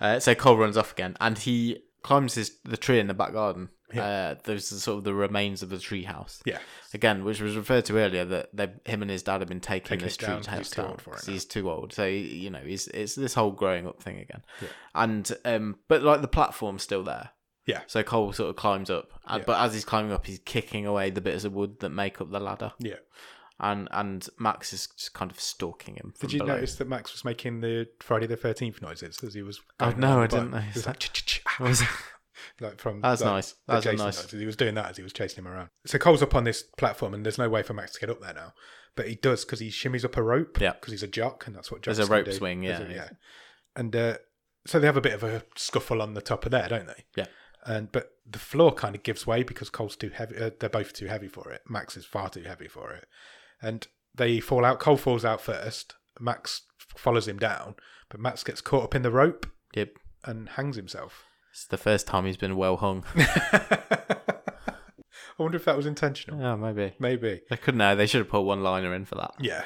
Speaker 2: Uh, so Cole runs off again, and he climbs his, the tree in the back garden.
Speaker 1: Yeah.
Speaker 2: Uh, those are sort of the remains of the tree house.
Speaker 1: Yeah.
Speaker 2: Again, which was referred to earlier that they, him and his dad have been taking,
Speaker 1: Taking
Speaker 2: this
Speaker 1: it
Speaker 2: tree
Speaker 1: down 'cause
Speaker 2: house
Speaker 1: he's too
Speaker 2: down
Speaker 1: old for it
Speaker 2: 'cause
Speaker 1: now.
Speaker 2: he's too old. So you know, he's it's this whole growing up thing again.
Speaker 1: Yeah.
Speaker 2: And um, but like the platform's still there.
Speaker 1: Yeah.
Speaker 2: So Cole sort of climbs up, and,
Speaker 1: Yeah.
Speaker 2: but as he's climbing up, he's kicking away the bits of wood that make up the ladder.
Speaker 1: Yeah.
Speaker 2: And and Max is just kind of stalking him. From
Speaker 1: Did you
Speaker 2: below.
Speaker 1: notice that Max was making the Friday the Thirteenth noises as he was?
Speaker 2: Oh,
Speaker 1: going
Speaker 2: no,
Speaker 1: around
Speaker 2: I
Speaker 1: the bottom?
Speaker 2: didn't
Speaker 1: He was like, "Ch-ch-ch,"
Speaker 2: Was-
Speaker 1: ah." like from
Speaker 2: That's
Speaker 1: like,
Speaker 2: nice.
Speaker 1: the
Speaker 2: That's a
Speaker 1: Jason
Speaker 2: nice.
Speaker 1: noises. He was doing that as he was chasing him around. So Cole's up on this platform, and there's no way for Max to get up there now. But he does because he shimmies up a rope.
Speaker 2: Yeah.
Speaker 1: because he's a jock, and that's what jocks
Speaker 2: There's a rope
Speaker 1: can do.
Speaker 2: swing,
Speaker 1: There's
Speaker 2: yeah.
Speaker 1: a- yeah. And uh, so they have a bit of a scuffle on the top of there, don't they?
Speaker 2: Yeah.
Speaker 1: And but the floor kind of gives way because Cole's too heavy. Uh, they're both too heavy for it. Max is far too heavy for it, and they fall out. Cole falls out first. Max follows him down, but Max gets caught up in the rope
Speaker 2: Yep.
Speaker 1: and hangs himself.
Speaker 2: It's the first time he's been well hung.
Speaker 1: I wonder if that was intentional.
Speaker 2: oh, maybe.
Speaker 1: Maybe.
Speaker 2: They could know. They should have put one liner in for that.
Speaker 1: Yeah.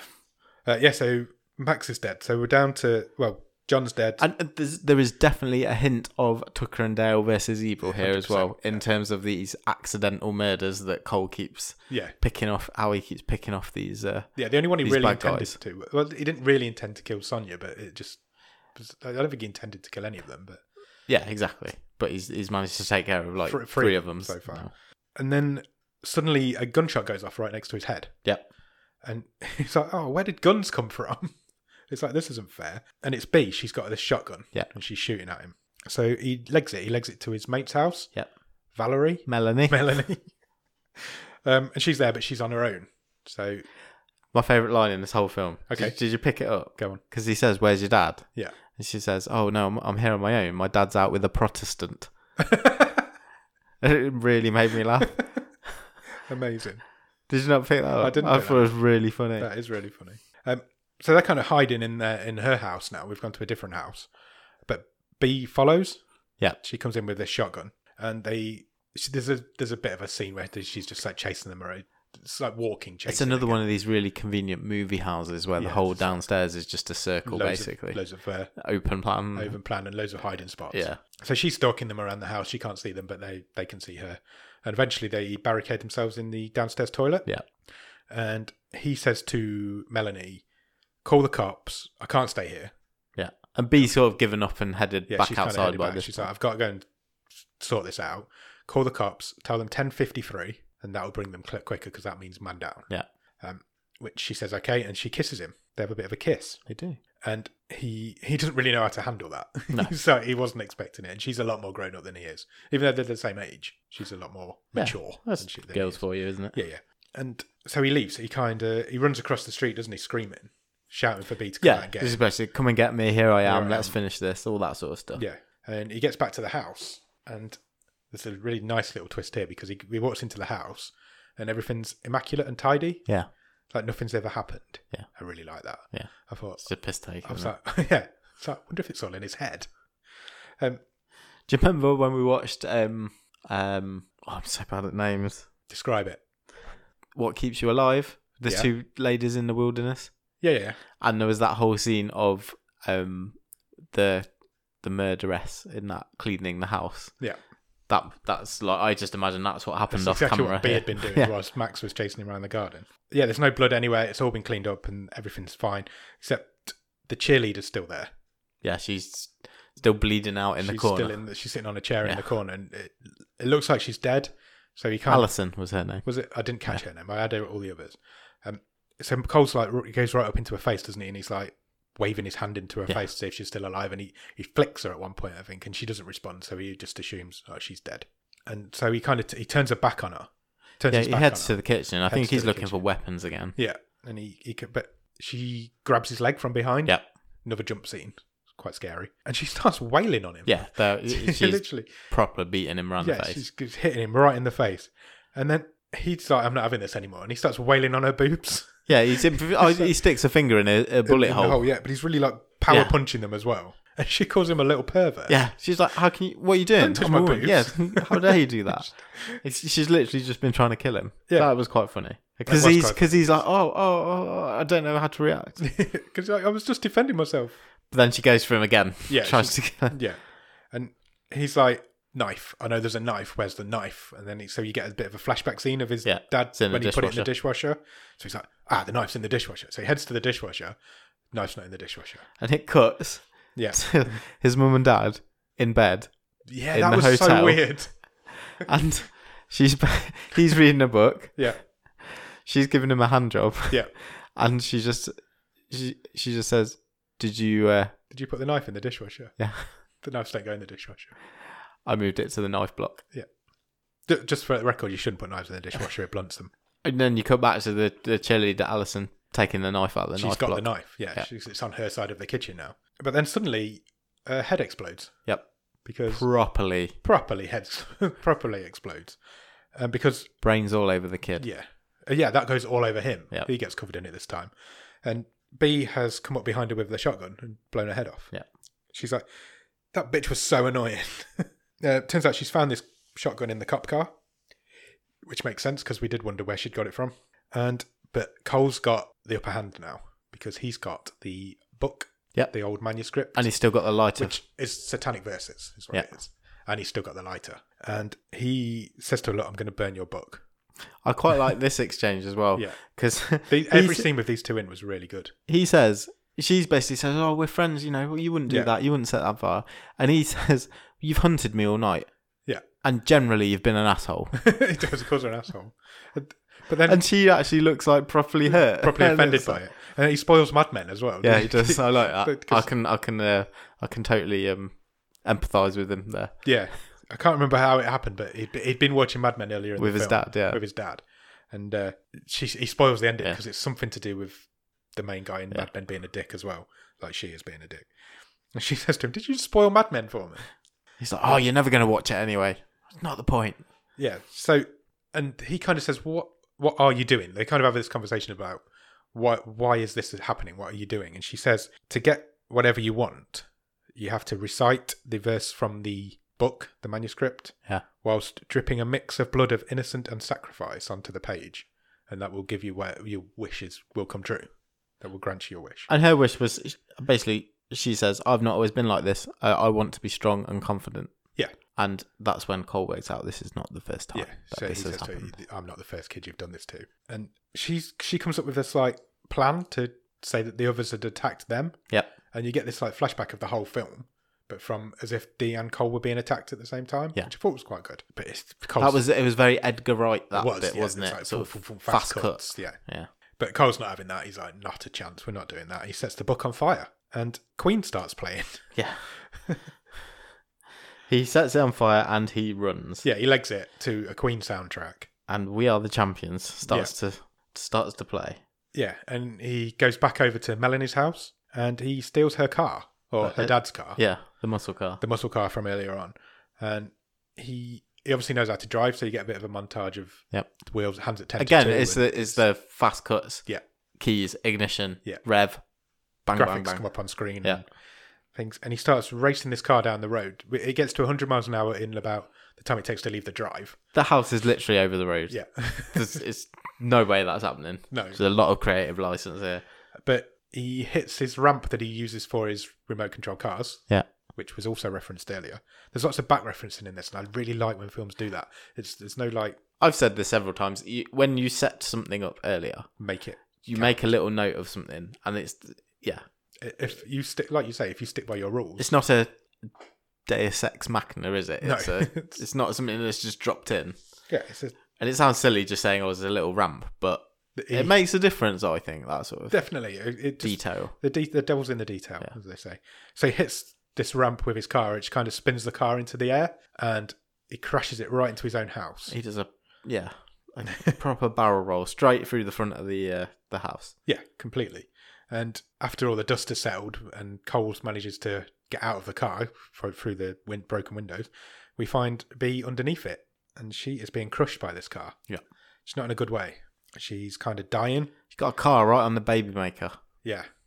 Speaker 1: Uh, yeah, so Max is dead. So we're down to, well, John's dead.
Speaker 2: And uh, there's, there is definitely a hint of Tucker and Dale versus Evil here as well, in terms of these accidental murders that Cole keeps
Speaker 1: yeah.
Speaker 2: picking off. How he keeps picking off these. Uh,
Speaker 1: Yeah, the only one he
Speaker 2: These
Speaker 1: really
Speaker 2: bad
Speaker 1: intended
Speaker 2: guys.
Speaker 1: to. Well, he didn't really intend to kill Sonia, but it just. was- I don't think he intended to kill any of them, but
Speaker 2: yeah, exactly. But he's he's managed to take care of like
Speaker 1: Three-
Speaker 2: three,
Speaker 1: three
Speaker 2: of them
Speaker 1: so far.
Speaker 2: now.
Speaker 1: and then suddenly a gunshot goes off right next to his head,
Speaker 2: Yep.
Speaker 1: and he's like, "Oh, where did guns come from?" It's like this isn't fair, and it's B. She's got this shotgun,
Speaker 2: Yeah.
Speaker 1: and she's shooting at him. So he legs it. He legs it to his mate's house.
Speaker 2: Yep.
Speaker 1: Valerie,
Speaker 2: Melanie.
Speaker 1: Melanie. um, and she's there, but she's on her own. So
Speaker 2: My favourite line in this whole film.
Speaker 1: Okay.
Speaker 2: Did, did you pick it up?
Speaker 1: go on.
Speaker 2: Because he says, "Where's your dad?"
Speaker 1: Yeah.
Speaker 2: And she says, "Oh no, I'm, I'm here on my own. My dad's out with a Protestant." it really made me laugh.
Speaker 1: Amazing.
Speaker 2: Did you not pick that up?
Speaker 1: I didn't
Speaker 2: I
Speaker 1: pick
Speaker 2: thought it was really funny.
Speaker 1: That is really funny. Um, so they're kind of hiding in their, in her house now. We've gone to a different house, but B follows.
Speaker 2: Yeah.
Speaker 1: She comes in with this shotgun, and they she, there's a there's a bit of a scene where she's just like chasing them around. It's like walking. Chasing
Speaker 2: It's another
Speaker 1: again.
Speaker 2: one of these really convenient movie houses where the
Speaker 1: Yeah,
Speaker 2: whole
Speaker 1: it's-
Speaker 2: downstairs is just a circle,
Speaker 1: Loads
Speaker 2: basically.
Speaker 1: of, loads of uh,
Speaker 2: Open plan.
Speaker 1: open plan and loads of hiding spots.
Speaker 2: Yeah.
Speaker 1: So she's stalking them around the house. She can't see them, but they they can see her. And eventually they barricade themselves in the downstairs toilet.
Speaker 2: Yeah.
Speaker 1: And he says to Melanie, "Call the cops. I can't stay here."
Speaker 2: Yeah. And B sort of given up and headed
Speaker 1: Yeah,
Speaker 2: back
Speaker 1: she's kind of
Speaker 2: outside
Speaker 1: headed
Speaker 2: by
Speaker 1: back.
Speaker 2: this.
Speaker 1: She's
Speaker 2: point.
Speaker 1: like, I've got to go and sort this out. Call the cops. Tell them ten fifty three, and that will bring them cl- quicker because that means man down.
Speaker 2: Yeah.
Speaker 1: Um, which she says okay, and she kisses him. They have a bit of a kiss,
Speaker 2: they do.
Speaker 1: and he he doesn't really know how to handle that.
Speaker 2: No.
Speaker 1: so he wasn't expecting it. And she's a lot more grown up than he is, even though they're the same age. She's a lot more
Speaker 2: Yeah,
Speaker 1: mature.
Speaker 2: That's
Speaker 1: than she, than he
Speaker 2: girls
Speaker 1: is.
Speaker 2: for you, isn't it?
Speaker 1: Yeah, yeah. And so he leaves. He kind of he runs across the street, doesn't he? Screaming, shouting for B to come out and get him.
Speaker 2: especially come and get me. Here I am.
Speaker 1: I
Speaker 2: Let's
Speaker 1: am.
Speaker 2: finish this. All that sort of stuff.
Speaker 1: Yeah, and he gets back to the house, and there's a really nice little twist here because he, he walks into the house, and everything's immaculate and tidy,
Speaker 2: Yeah.
Speaker 1: like nothing's ever happened.
Speaker 2: Yeah.
Speaker 1: I really like that.
Speaker 2: Yeah.
Speaker 1: I thought
Speaker 2: It's a piss take.
Speaker 1: I was
Speaker 2: isn't it?
Speaker 1: like, yeah, it's like, I wonder if it's all in his head. Um,
Speaker 2: Do you remember when we watched? Um, um, oh, I'm so bad at names.
Speaker 1: describe it.
Speaker 2: What keeps you alive? The
Speaker 1: Yeah.
Speaker 2: two ladies in the wilderness,
Speaker 1: Yeah, yeah,
Speaker 2: and there was that whole scene of um, the the murderess in that cleaning the house.
Speaker 1: yeah.
Speaker 2: That that's like I just imagine that's what happened
Speaker 1: That's
Speaker 2: off
Speaker 1: exactly
Speaker 2: camera.
Speaker 1: what B
Speaker 2: here.
Speaker 1: had been doing
Speaker 2: Yeah.
Speaker 1: whilst Max was chasing him around the garden. Yeah, there's no blood anywhere. It's all been cleaned up and everything's fine, except the cheerleader's still there.
Speaker 2: Yeah, she's still bleeding out in
Speaker 1: she's
Speaker 2: the corner.
Speaker 1: still in. The, she's sitting on a chair in
Speaker 2: Yeah.
Speaker 1: the corner, and it, it looks like she's dead. So he can't.
Speaker 2: Alison was her name.
Speaker 1: Was it? I didn't catch her name. I had her- all the others. Um, so Cole's like he goes right up into her face, doesn't he? And he's like waving his hand into her
Speaker 2: Yeah.
Speaker 1: face to see if she's still alive. And he he flicks her at one point, I think, and she doesn't respond. So he just assumes oh, she's dead. And so he kind of t- he turns her back on her. Turns
Speaker 2: Yeah,
Speaker 1: his
Speaker 2: he
Speaker 1: back
Speaker 2: heads
Speaker 1: on
Speaker 2: to the kitchen. I
Speaker 1: Heads
Speaker 2: think
Speaker 1: to
Speaker 2: he's
Speaker 1: the
Speaker 2: looking
Speaker 1: kitchen.
Speaker 2: for weapons again.
Speaker 1: her. yeah, and he he c- but she grabs his leg from behind.
Speaker 2: Yep.
Speaker 1: Another jump scene. It's quite scary. And she starts wailing on him.
Speaker 2: Yeah, though
Speaker 1: She
Speaker 2: she's
Speaker 1: literally.
Speaker 2: proper beating him round
Speaker 1: Yeah,
Speaker 2: the face.
Speaker 1: she's just hitting him right in the face, and then he's like, "I'm not having this anymore," and he starts wailing on her boobs.
Speaker 2: Yeah, he's improv- oh, he sticks a finger in a, a bullet
Speaker 1: in
Speaker 2: hole.
Speaker 1: The hole, yeah, but he's really like power
Speaker 2: Yeah.
Speaker 1: punching them as well, and she calls him a little pervert.
Speaker 2: Yeah, she's like, "How can you? What are you doing?
Speaker 1: touch
Speaker 2: I'm
Speaker 1: my
Speaker 2: a woman."
Speaker 1: boobs.
Speaker 2: Yeah, how dare you do that? It's, she's literally just been trying to kill him.
Speaker 1: Yeah.
Speaker 2: that was quite funny because
Speaker 1: was
Speaker 2: he's
Speaker 1: quite
Speaker 2: because he's like, "Oh, oh, oh, oh, I don't know how to react." But
Speaker 1: because I was just defending myself.
Speaker 2: then she goes for him again.
Speaker 1: Yeah,
Speaker 2: tries to kill him.
Speaker 1: Yeah, and he's like, knife. I know there's a knife. Where's the knife? And then he, so you get a bit of a flashback scene of his
Speaker 2: Yeah,
Speaker 1: dad
Speaker 2: it's in the
Speaker 1: when he put it in the dishwasher. So he's like, ah, the knife's in the dishwasher. So he heads to the dishwasher. Knife's not in the dishwasher.
Speaker 2: And it cuts
Speaker 1: Yeah,
Speaker 2: to his mum and dad in bed,
Speaker 1: yeah,
Speaker 2: In
Speaker 1: that
Speaker 2: the
Speaker 1: was so
Speaker 2: hotel.
Speaker 1: weird.
Speaker 2: and she's he's reading a book.
Speaker 1: Yeah,
Speaker 2: She's giving him a hand job.
Speaker 1: Yeah.
Speaker 2: and she just she she just says, "Did you?" Uh,
Speaker 1: did you put the knife in the dishwasher?
Speaker 2: Yeah.
Speaker 1: the knives don't go in the dishwasher.
Speaker 2: I moved it to the knife block.
Speaker 1: Ju- Just for the record, you shouldn't put knives in the dishwasher; it blunts them.
Speaker 2: And then you cut back to the the cheerleader Alison taking the knife out of the
Speaker 1: She's
Speaker 2: knife
Speaker 1: got
Speaker 2: block.
Speaker 1: the knife. Yeah,
Speaker 2: Yeah.
Speaker 1: She's, it's on her side of the kitchen now. But then suddenly, her head explodes.
Speaker 2: Yep.
Speaker 1: because
Speaker 2: Properly,
Speaker 1: properly heads properly explodes, um, because
Speaker 2: brains all over the kid.
Speaker 1: Yeah. Uh, Yeah, that goes all over him.
Speaker 2: Yeah.
Speaker 1: He gets covered in it this time. And B has come up behind her with the shotgun and blown her head off.
Speaker 2: Yeah.
Speaker 1: She's like, that bitch was so annoying. uh, turns out she's found this shotgun in the cop car, which makes sense because we did wonder where she'd got it from. And but Cole's got the upper hand now because he's got the book,
Speaker 2: Yeah.
Speaker 1: the old manuscript,
Speaker 2: And he's still got the lighter.
Speaker 1: which is Satanic Verses, is what
Speaker 2: Yeah.
Speaker 1: it is. And he's still got the lighter. And he says to her, Look, I'm going to burn your book.
Speaker 2: I quite like this exchange as well.
Speaker 1: Yeah.
Speaker 2: Because
Speaker 1: The, every scene with these two in was really good.
Speaker 2: he says she's basically says, "Oh, we're friends, you know. Well, you wouldn't do
Speaker 1: Yeah.
Speaker 2: that. You wouldn't set that fire." And he says, "You've hunted me all night."
Speaker 1: Yeah.
Speaker 2: And generally, you've been an asshole.
Speaker 1: it does cause her an asshole. And- But then
Speaker 2: and she actually looks like properly hurt,
Speaker 1: properly
Speaker 2: And
Speaker 1: offended
Speaker 2: it's
Speaker 1: by
Speaker 2: like-
Speaker 1: it. And he spoils Mad Men as well.
Speaker 2: Yeah, he does. I like that.
Speaker 1: But 'cause-
Speaker 2: I can, I can, uh, I can totally um, empathise with him there
Speaker 1: yeah. I can't remember how it happened, but he'd, he'd been watching Mad Men earlier in
Speaker 2: with
Speaker 1: the
Speaker 2: his
Speaker 1: film,
Speaker 2: dad. Yeah,
Speaker 1: With his dad. And uh, she, he spoils the ending
Speaker 2: Yeah.
Speaker 1: because it's something to do with the main guy in
Speaker 2: Yeah.
Speaker 1: Mad Men being a dick as well. Like she is being a dick. And she says to him, Did you spoil Mad Men for me?
Speaker 2: he's like, "Oh, you're never going to watch it anyway. It's not the point."
Speaker 1: Yeah. So, and he kind of says, "What? What are you doing?" They kind of have this conversation about why why is this happening? What are you doing? And she says, "To get whatever you want, you have to recite the verse from the book, the manuscript,
Speaker 2: Yeah.
Speaker 1: whilst dripping a mix of blood of innocent and sacrifice onto the page, and that will give you where your wishes will come true. That will grant you your wish."
Speaker 2: And her wish was basically, she says, "I've not always been like this. I, I want to be strong and confident."
Speaker 1: Yeah.
Speaker 2: And that's when Cole works out this is not the first time
Speaker 1: Yeah,
Speaker 2: that
Speaker 1: so he
Speaker 2: this has
Speaker 1: says to her,
Speaker 2: happened.
Speaker 1: "I'm not the first kid you've done this to." And she's she comes up with this like plan to say that the others had attacked them.
Speaker 2: Yep.
Speaker 1: And you get this like flashback of the whole film, but from as if Dee and Cole were being attacked at the same time,
Speaker 2: Yeah.
Speaker 1: which I thought was quite good. But it's Cole's,
Speaker 2: That was it. Was very Edgar Wright that
Speaker 1: it
Speaker 2: bit,
Speaker 1: yeah,
Speaker 2: wasn't
Speaker 1: it's
Speaker 2: it?
Speaker 1: like
Speaker 2: sort
Speaker 1: full-
Speaker 2: of
Speaker 1: full- full
Speaker 2: fast cuts.
Speaker 1: Yeah,
Speaker 2: Yeah.
Speaker 1: but Cole's not having that. He's like, "Not a chance. We're not doing that." He sets the book on fire, and Queen starts playing.
Speaker 2: Yeah. he sets it on fire and he runs.
Speaker 1: yeah, he legs it to a Queen soundtrack.
Speaker 2: And we are the champions. Starts to starts to play.
Speaker 1: Yeah, and he goes back over to Melanie's house and he steals her car or
Speaker 2: Uh,
Speaker 1: her
Speaker 2: uh,
Speaker 1: dad's car,
Speaker 2: Yeah. The muscle car.
Speaker 1: the muscle car from earlier on. And he he obviously knows how to drive, so you get a bit of a montage of
Speaker 2: Yep.
Speaker 1: wheels, hands at ten. to
Speaker 2: Again,
Speaker 1: two
Speaker 2: it's
Speaker 1: and
Speaker 2: the it's the fast cuts.
Speaker 1: Yeah.
Speaker 2: Keys, ignition,
Speaker 1: Yeah.
Speaker 2: rev, bang,
Speaker 1: graphics
Speaker 2: bang, bang.
Speaker 1: come up on screen.
Speaker 2: Yeah.
Speaker 1: And things, and he starts racing this car down the road. It gets to hundred miles an hour in about the time it takes to leave the drive.
Speaker 2: The house is literally over the road.
Speaker 1: Yeah,
Speaker 2: There's it's no way that's happening.
Speaker 1: no,
Speaker 2: There's a lot of creative license here.
Speaker 1: but he hits his ramp that he uses for his remote control cars.
Speaker 2: Yeah.
Speaker 1: Which was also referenced earlier. There's lots of back referencing in this, and I really like when films do that. It's there's no like
Speaker 2: I've said this several times. You, when you set something up earlier,
Speaker 1: make it.
Speaker 2: you make a little note of something, and it's yeah,
Speaker 1: If you stick, like you say, if you stick by your rules,
Speaker 2: it's not a Deus Ex Machina, is it?
Speaker 1: No.
Speaker 2: It's, a, it's not something that's just dropped in.
Speaker 1: yeah, it's a,
Speaker 2: And it sounds silly just saying, "Oh, it's a little ramp," but it makes a difference. I think that sort of
Speaker 1: E. definitely it, it just,
Speaker 2: detail.
Speaker 1: the de- the devil's in the detail, as they say. So he hits this ramp with his car, which kind of spins the car into the air, and he crashes it right into his own house.
Speaker 2: He does a yeah, a proper barrel roll straight through the front of the uh, the house.
Speaker 1: Yeah, completely. And after all the dust has settled and Coles manages to get out of the car fro- through the win- broken windows, we find B underneath it and she is being crushed by this car.
Speaker 2: Yeah.
Speaker 1: She's not in a good way. She's kind of dying.
Speaker 2: She's got a car right on the baby maker.
Speaker 1: Yeah.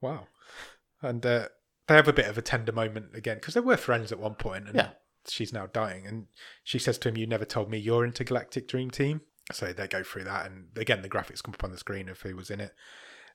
Speaker 1: wow. And uh, they have a bit of a tender moment again because they were friends at one point and
Speaker 2: Yeah.
Speaker 1: she's now dying. And she says to him, You never told me you're intergalactic dream team. So they go through that. And again, the graphics come up on the screen of who was in it.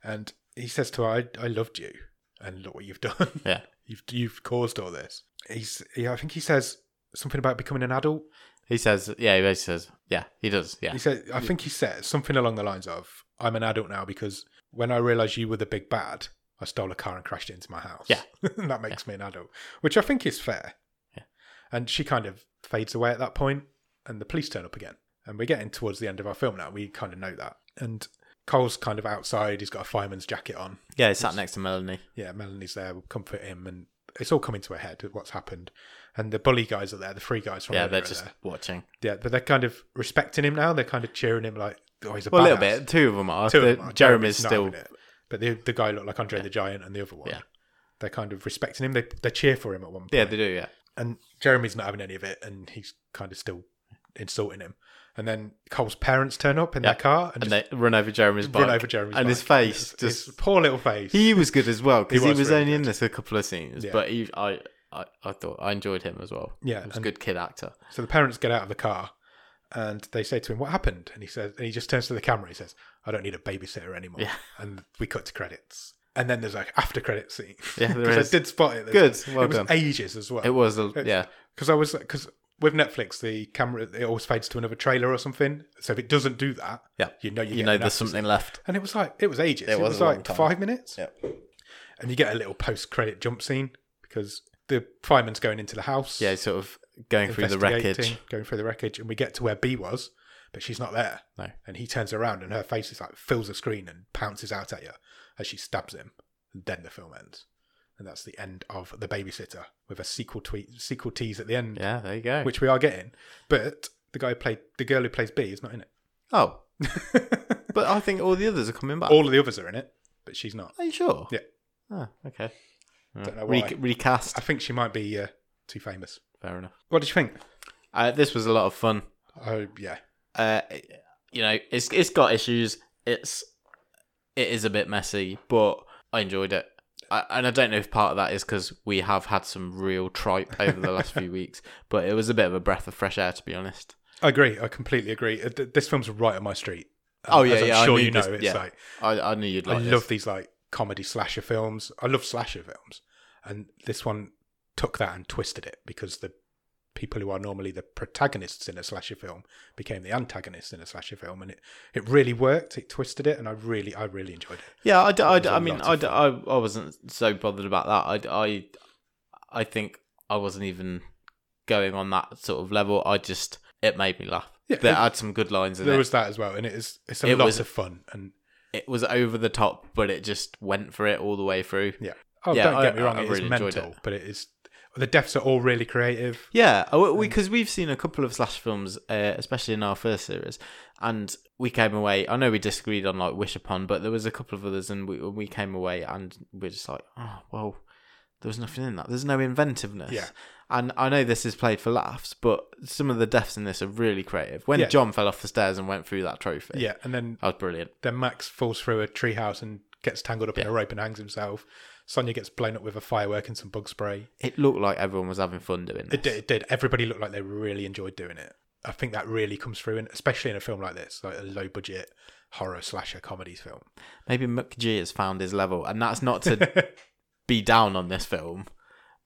Speaker 1: And he says to her, I, I loved you. And look what you've done.
Speaker 2: Yeah.
Speaker 1: You've you've caused all this. He's yeah, I think he says something about becoming an adult.
Speaker 2: He says, yeah, he basically says, yeah, he does, yeah.
Speaker 1: He said I think he said something along the lines of I'm an adult now because when I realized you were the big bad, I stole a car and crashed it into my house.
Speaker 2: Yeah.
Speaker 1: And that makes me an adult, which I think is fair.
Speaker 2: Yeah.
Speaker 1: And she kind of fades away at that point and the police turn up again. And we're getting towards the end of our film now. We kind of know that. And Cole's kind of outside. He's got a fireman's jacket on.
Speaker 2: Yeah, he sat next to Melanie.
Speaker 1: yeah, Melanie's there, will comfort him, and it's all coming to a head with what's happened. And the bully guys are there, the three guys from
Speaker 2: Yeah,
Speaker 1: earlier
Speaker 2: they're
Speaker 1: are
Speaker 2: just
Speaker 1: there.
Speaker 2: watching.
Speaker 1: yeah, but they're kind of respecting him now. They're kind of cheering him like, oh, he's a
Speaker 2: Well, a little
Speaker 1: badass.
Speaker 2: bit. Two of them are.
Speaker 1: Two of
Speaker 2: The-
Speaker 1: them are.
Speaker 2: Jeremy's
Speaker 1: not
Speaker 2: still.
Speaker 1: having it. but the the guy looked like Andre the Giant, and the other one.
Speaker 2: Yeah.
Speaker 1: They're kind of respecting him. They they cheer for him at one point.
Speaker 2: Yeah, they do. Yeah,
Speaker 1: and Jeremy's not having any of it, and he's kind of still insulting him. And then Cole's parents turn up in
Speaker 2: Yeah.
Speaker 1: their car and,
Speaker 2: and
Speaker 1: just
Speaker 2: they run over Jeremy's bike.
Speaker 1: run over Jeremy's
Speaker 2: and his
Speaker 1: bike. His-
Speaker 2: face just.
Speaker 1: his poor little face.
Speaker 2: He was good as well because
Speaker 1: He
Speaker 2: he was,
Speaker 1: was really
Speaker 2: only in
Speaker 1: good.
Speaker 2: this a couple of scenes,
Speaker 1: Yeah.
Speaker 2: but he, I, I, I thought I enjoyed him as well.
Speaker 1: Yeah,
Speaker 2: he was a
Speaker 1: and-
Speaker 2: good kid actor.
Speaker 1: So the parents get out of the car and they say to him, What happened? And he says and he just turns to the camera, he says, I don't need a babysitter anymore.
Speaker 2: Yeah.
Speaker 1: And we cut to credits. And then there's like after credit scene.
Speaker 2: Yeah, there
Speaker 1: 'Cause
Speaker 2: is.
Speaker 1: I did spot it.
Speaker 2: Good, well
Speaker 1: it was
Speaker 2: done.
Speaker 1: ages as well.
Speaker 2: It was, a, yeah,
Speaker 1: Because I was because with Netflix the camera it always fades to another trailer or something. So if it doesn't do that,
Speaker 2: Yeah.
Speaker 1: you know you,
Speaker 2: you know, there's something left.
Speaker 1: and it was like it was ages. It,
Speaker 2: was
Speaker 1: was,
Speaker 2: a long
Speaker 1: like
Speaker 2: time.
Speaker 1: five minutes.
Speaker 2: Yep.
Speaker 1: And you get a little post credit jump scene because the fireman's going into the house
Speaker 2: Yeah, sort of going through the wreckage.
Speaker 1: investigating, going through the wreckage, and we get to where B was, but she's not there.
Speaker 2: No.
Speaker 1: And he turns around, and her face is like fills the screen and pounces out at you as she stabs him. And then the film ends, and that's the end of the babysitter with a sequel tweet, sequel tease at the end,
Speaker 2: Yeah, there you go.
Speaker 1: which we are getting. But the guy who played the girl who plays B is not in
Speaker 2: oh,
Speaker 1: it.
Speaker 2: but I think all the others are coming back.
Speaker 1: All of the others are in it, but she's not.
Speaker 2: Are you sure?
Speaker 1: Yeah.
Speaker 2: Oh, okay.
Speaker 1: Don't know
Speaker 2: Re-
Speaker 1: why.
Speaker 2: recast.
Speaker 1: I think she might be uh, too famous.
Speaker 2: Fair enough.
Speaker 1: What did you think?
Speaker 2: Uh, this was a lot of fun.
Speaker 1: Oh yeah,
Speaker 2: Uh, you know, it's it's got issues. It's it is a bit messy, but I enjoyed it. I, and I don't know if part of that is because we have had some real tripe over the last few weeks, but it was a bit of a breath of fresh air, to be honest.
Speaker 1: I agree. I completely agree. Uh, th- This film's right on my street.
Speaker 2: Oh, yeah,
Speaker 1: as I'm
Speaker 2: yeah, I
Speaker 1: sure
Speaker 2: knew
Speaker 1: you know.
Speaker 2: this-
Speaker 1: it's
Speaker 2: yeah.
Speaker 1: like
Speaker 2: I, I knew you'd
Speaker 1: I
Speaker 2: like this.
Speaker 1: love these like comedy slasher films. I love slasher films, and this one took that and twisted it because the people who are normally the protagonists in a slasher film became the antagonists in a slasher film, and it, it really worked. It twisted it, and I really I really enjoyed it.
Speaker 2: Yeah, I, d- I,
Speaker 1: was
Speaker 2: d-
Speaker 1: a
Speaker 2: I mean,
Speaker 1: lot
Speaker 2: I,
Speaker 1: of
Speaker 2: d- I, I wasn't so bothered about that. I, d- I, I think I wasn't even going on that sort of level. I just, it made me laugh.
Speaker 1: Yeah,
Speaker 2: there
Speaker 1: it-
Speaker 2: had some good lines in
Speaker 1: There
Speaker 2: it.
Speaker 1: was that as well, and it is it's a
Speaker 2: It
Speaker 1: lot
Speaker 2: was-
Speaker 1: of fun. And
Speaker 2: It was over the top, but it just went for it all the way through.
Speaker 1: oh,
Speaker 2: Yeah,
Speaker 1: don't
Speaker 2: I-
Speaker 1: get me wrong,
Speaker 2: I
Speaker 1: it is
Speaker 2: really enjoyed
Speaker 1: mental,
Speaker 2: it.
Speaker 1: but it is the deaths are all really creative.
Speaker 2: Yeah, because we, 'cause we've seen a couple of slash films, uh, especially in our first series, and we came away. I know we disagreed on like Wish Upon, but there was a couple of others, and we we came away and we're just like, oh well, there was nothing in that. There's no inventiveness.
Speaker 1: Yeah.
Speaker 2: And I know this is played for laughs, but some of the deaths in this are really creative. When
Speaker 1: Yeah.
Speaker 2: John fell off the stairs and went through that trophy,
Speaker 1: Yeah, and then
Speaker 2: that was brilliant.
Speaker 1: Then Max falls through a treehouse and gets tangled up in a rope and hangs himself. Sonia gets blown up with a firework and some bug spray.
Speaker 2: It looked like everyone was having fun doing this.
Speaker 1: It did. It did. Everybody looked like they really enjoyed doing it. I think that really comes through, in, especially in a film like this, like a low budget horror slasher comedy film.
Speaker 2: Maybe Mick G has found his level, and that's not to be down on this film,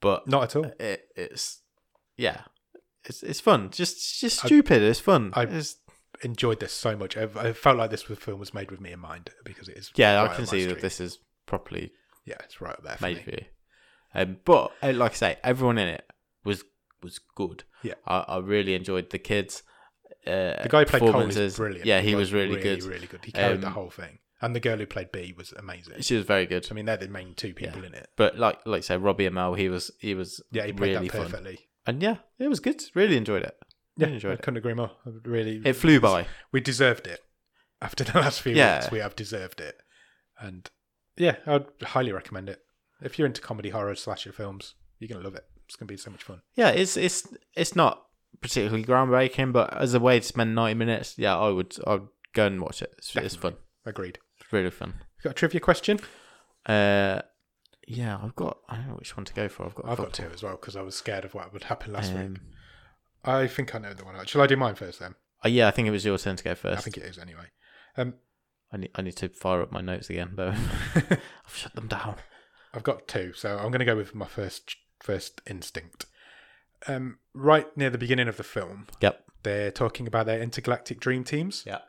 Speaker 2: but
Speaker 1: Not at all.
Speaker 2: it, it's yeah it's it's fun just just stupid it's fun
Speaker 1: I-
Speaker 2: It's-
Speaker 1: Enjoyed this so much. I, I felt like this was- film was made with me in mind because it is.
Speaker 2: yeah
Speaker 1: right
Speaker 2: i
Speaker 1: up
Speaker 2: can
Speaker 1: my
Speaker 2: see that
Speaker 1: street.
Speaker 2: this is properly
Speaker 1: Yeah, it's right up there. For
Speaker 2: made for
Speaker 1: me.
Speaker 2: you um, but uh, like i say everyone in it was was good
Speaker 1: Yeah.
Speaker 2: i, I really enjoyed the kids uh,
Speaker 1: The guy who played Cole is
Speaker 2: performances.
Speaker 1: brilliant.
Speaker 2: yeah he
Speaker 1: Like,
Speaker 2: was really, good
Speaker 1: Really good. He carried the
Speaker 2: Um,
Speaker 1: whole thing, and the girl who played B was amazing.
Speaker 2: she was very good
Speaker 1: I mean, they're the main two people in it.
Speaker 2: but like like I say robbie ml he was he was
Speaker 1: Yeah, he played
Speaker 2: really
Speaker 1: that
Speaker 2: fun
Speaker 1: perfectly.
Speaker 2: and yeah it was good really enjoyed it
Speaker 1: Yeah,
Speaker 2: Really enjoyed
Speaker 1: I
Speaker 2: it.
Speaker 1: couldn't agree more. I Really,
Speaker 2: it flew by
Speaker 1: we deserved it. After the last few
Speaker 2: Yeah.
Speaker 1: weeks, we have deserved it. And yeah, I'd highly recommend it. If you're into comedy, horror, slasher films, you're gonna love it. It's gonna be so much fun.
Speaker 2: yeah, it's it's it's not particularly groundbreaking, but as a way to spend ninety minutes, yeah, I would I'd go and watch it. It's, it's fun.
Speaker 1: Agreed.
Speaker 2: It's really fun.
Speaker 1: Got a trivia question?
Speaker 2: Uh, yeah, I've got. I don't know which one to go for. I've got. a
Speaker 1: I've got
Speaker 2: couple.
Speaker 1: two as well because I was scared of what would happen last
Speaker 2: Um,
Speaker 1: week. I think I know the one. Shall I do mine first then?
Speaker 2: oh, yeah, I think it was your turn to go first.
Speaker 1: I think it is anyway. Um,
Speaker 2: I need I need to fire up my notes again, but I've shut them down.
Speaker 1: I've got two, so I'm going to go with my first first instinct. Um, right near the beginning of the film,
Speaker 2: Yep.
Speaker 1: they're talking about their intergalactic dream teams,
Speaker 2: Yeah.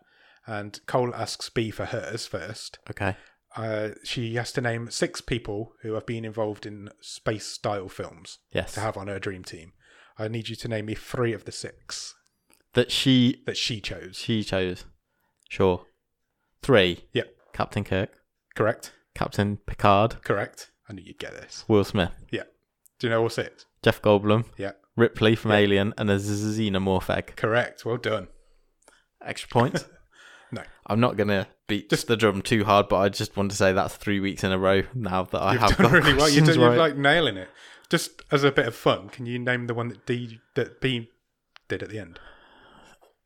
Speaker 1: and Cole asks B for hers first.
Speaker 2: Okay.
Speaker 1: Uh, she has to name six people who have been involved in space style films
Speaker 2: Yes.
Speaker 1: to have on her dream team. I need you to name me three of the six
Speaker 2: That she
Speaker 1: that she chose.
Speaker 2: she chose. Sure. Three.
Speaker 1: Yep.
Speaker 2: Captain Kirk.
Speaker 1: Correct?
Speaker 2: Captain Picard.
Speaker 1: Correct. I knew you'd get this.
Speaker 2: Will Smith.
Speaker 1: Do you know all six?
Speaker 2: Jeff Goldblum.
Speaker 1: Yeah.
Speaker 2: Ripley from Alien and a z- xenomorph egg.
Speaker 1: Correct. Well done.
Speaker 2: Extra point.
Speaker 1: No.
Speaker 2: I'm not gonna beat just the drum too hard, but I just want to say that's three weeks in a row now that I
Speaker 1: You've
Speaker 2: have
Speaker 1: done
Speaker 2: got
Speaker 1: really well. You're,
Speaker 2: questions
Speaker 1: doing- you're
Speaker 2: right.
Speaker 1: like nailing it. Just as a bit of fun, can you name the one that D that B did at the end?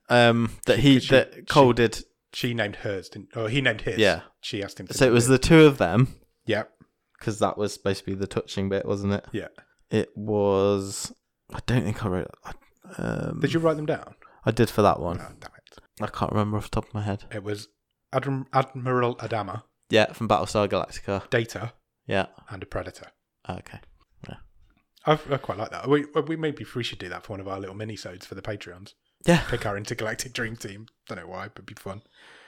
Speaker 2: um, that he
Speaker 1: she- she-
Speaker 2: that Cole did.
Speaker 1: She named hers, didn't? Or he named his.
Speaker 2: Yeah.
Speaker 1: She asked him. To
Speaker 2: So it
Speaker 1: name
Speaker 2: was the two of them
Speaker 1: Yeah.
Speaker 2: because that was supposed to be the touching bit, wasn't it?
Speaker 1: Yeah.
Speaker 2: It was. I don't think I wrote. I, um,
Speaker 1: Did you write them down?
Speaker 2: I did for that one.
Speaker 1: Oh, damn it!
Speaker 2: I can't remember off the top of my head.
Speaker 1: It was Adm- Admiral Adama,
Speaker 2: Yeah, from Battlestar Galactica.
Speaker 1: Data,
Speaker 2: Yeah.
Speaker 1: and a Predator.
Speaker 2: Okay.
Speaker 1: I've, I quite like that. We, we maybe we should do that for one of our little mini-sodes for the Patreons.
Speaker 2: Yeah.
Speaker 1: Pick our intergalactic dream team. Don't know why, but it'd be fun.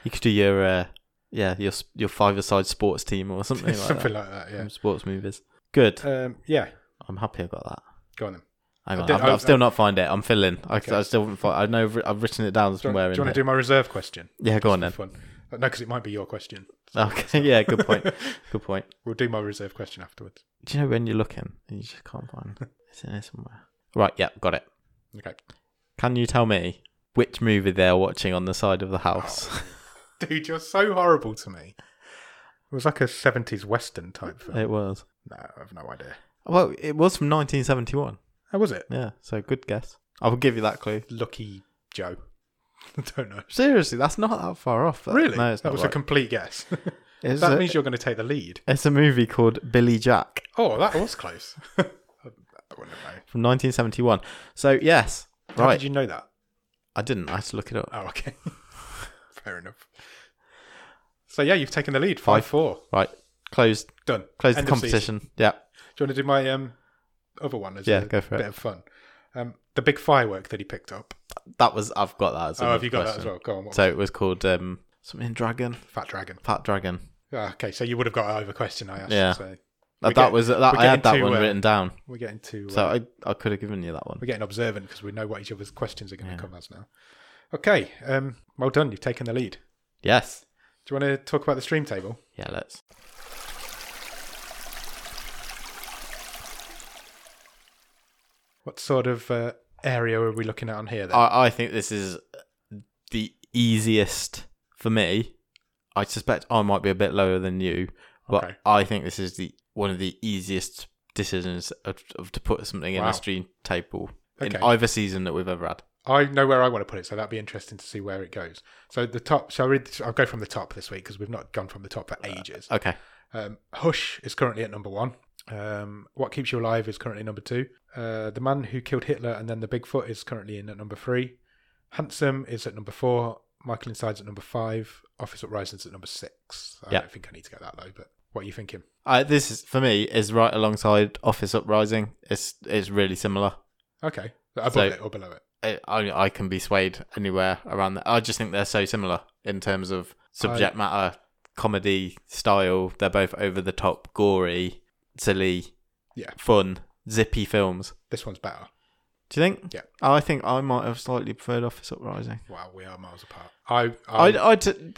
Speaker 2: You could do your uh, yeah your s- your five side sports team or something like
Speaker 1: Something like
Speaker 2: that
Speaker 1: that.
Speaker 2: from sports movies. Good.
Speaker 1: Yeah. Um, yeah.
Speaker 2: I'm happy I got that.
Speaker 1: Go on then.
Speaker 2: Hang
Speaker 1: I
Speaker 2: on,
Speaker 1: did-
Speaker 2: I've,
Speaker 1: I-
Speaker 2: I've still not found it. I'm filling. I,
Speaker 1: Okay.
Speaker 2: I still haven't find. I know I've, wri- I've written it down
Speaker 1: Do you,
Speaker 2: somewhere.
Speaker 1: want, do you
Speaker 2: in
Speaker 1: want to do my reserve question?
Speaker 2: here. Yeah, go on then.
Speaker 1: Fun. Uh, No, because it might be your question.
Speaker 2: Okay. Yeah. Good point. Good point.
Speaker 1: We'll do my reserve question afterwards.
Speaker 2: Do you know when you're looking and you just can't find it? It's in here somewhere. Right. Yeah. Got it.
Speaker 1: Okay.
Speaker 2: Can you tell me which movie they're watching on the side of the house?
Speaker 1: Oh, Dude, you're so horrible to me. It was like a 70s Western type film.
Speaker 2: it was.
Speaker 1: No, I have no idea.
Speaker 2: Well, it was from 1971.
Speaker 1: How was it?
Speaker 2: Yeah. So good guess. I will give you that clue.
Speaker 1: Lucky Joe. I don't know.
Speaker 2: Seriously, that's not that far off. That-
Speaker 1: Really?
Speaker 2: No, it's
Speaker 1: that
Speaker 2: not.
Speaker 1: was a
Speaker 2: right.
Speaker 1: complete guess.
Speaker 2: it's,
Speaker 1: that
Speaker 2: a,
Speaker 1: means you're going to take the lead.
Speaker 2: it's a movie called Billy Jack
Speaker 1: Oh, that was close. I wouldn't know.
Speaker 2: from 1971. So yes,
Speaker 1: How
Speaker 2: right.
Speaker 1: did you know that?
Speaker 2: I didn't. I had to look it up.
Speaker 1: Oh, okay. Fair enough. So yeah, you've taken the lead. Five four.
Speaker 2: Right. Closed.
Speaker 1: Done.
Speaker 2: Close
Speaker 1: End
Speaker 2: the
Speaker 1: of season.
Speaker 2: competition. Yeah.
Speaker 1: Do you want to do my um other one as
Speaker 2: Yeah,
Speaker 1: a
Speaker 2: go for it.
Speaker 1: bit of fun? Um, the big firework that he picked up.
Speaker 2: That was. I've got that as.
Speaker 1: Oh,
Speaker 2: another
Speaker 1: have you got that as
Speaker 2: question.
Speaker 1: well? Go on. What,
Speaker 2: So it was called um something dragon,
Speaker 1: Fat dragon.
Speaker 2: fat dragon.
Speaker 1: Ah, okay, so you would have got over question I asked.
Speaker 2: Yeah.
Speaker 1: So
Speaker 2: That,
Speaker 1: We're
Speaker 2: that
Speaker 1: getting-
Speaker 2: was that.
Speaker 1: we're
Speaker 2: I
Speaker 1: getting
Speaker 2: had that
Speaker 1: too,
Speaker 2: one
Speaker 1: uh,
Speaker 2: written down,
Speaker 1: we're getting to uh,
Speaker 2: so I I could have given you that one.
Speaker 1: we're getting observant because we know what each other's questions are going to
Speaker 2: Yeah.
Speaker 1: come as now. Okay. Um, well done. You've taken the lead.
Speaker 2: Yes.
Speaker 1: Do you want to talk about the stream table?
Speaker 2: Yeah. Let's.
Speaker 1: What sort of uh, area are we looking at on here? Then?
Speaker 2: I I think this is the easiest for me. I suspect I might be a bit lower than you, but
Speaker 1: Okay.
Speaker 2: I think this is the one of the easiest decisions of, of to put something in
Speaker 1: Wow.
Speaker 2: a stream table in
Speaker 1: Okay.
Speaker 2: either season that we've ever had.
Speaker 1: I know where I want to put it, so that'd be interesting to see where it goes. So the top. Shall I read? I'll go from the top this week because we've not gone from the top
Speaker 2: Uh,
Speaker 1: for ages.
Speaker 2: Okay.
Speaker 1: Um, Hush is currently at number one. Um, what Keeps You Alive is currently number two. Uh, the Man Who Killed Hitler and Then the Bigfoot is currently in at number three. Handsome is at number four. Michael Inside's at number five. Office Uprising's at number six. I
Speaker 2: Yeah.
Speaker 1: don't think I need to go that low, but what are you thinking?
Speaker 2: Uh, this is for me is right alongside Office Uprising. It's it's really similar.
Speaker 1: Okay. Above
Speaker 2: So-
Speaker 1: it or below it?
Speaker 2: I, I I can be swayed anywhere around that. I just think they're so similar in terms of subject matter, comedy style. They're both over the top, gory, silly,
Speaker 1: Yeah.
Speaker 2: fun, zippy films.
Speaker 1: This one's better.
Speaker 2: Do you think?
Speaker 1: Yeah.
Speaker 2: Oh, I think I might have slightly preferred Office Uprising.
Speaker 1: Wow, we are miles apart. I, um, I,
Speaker 2: I I t-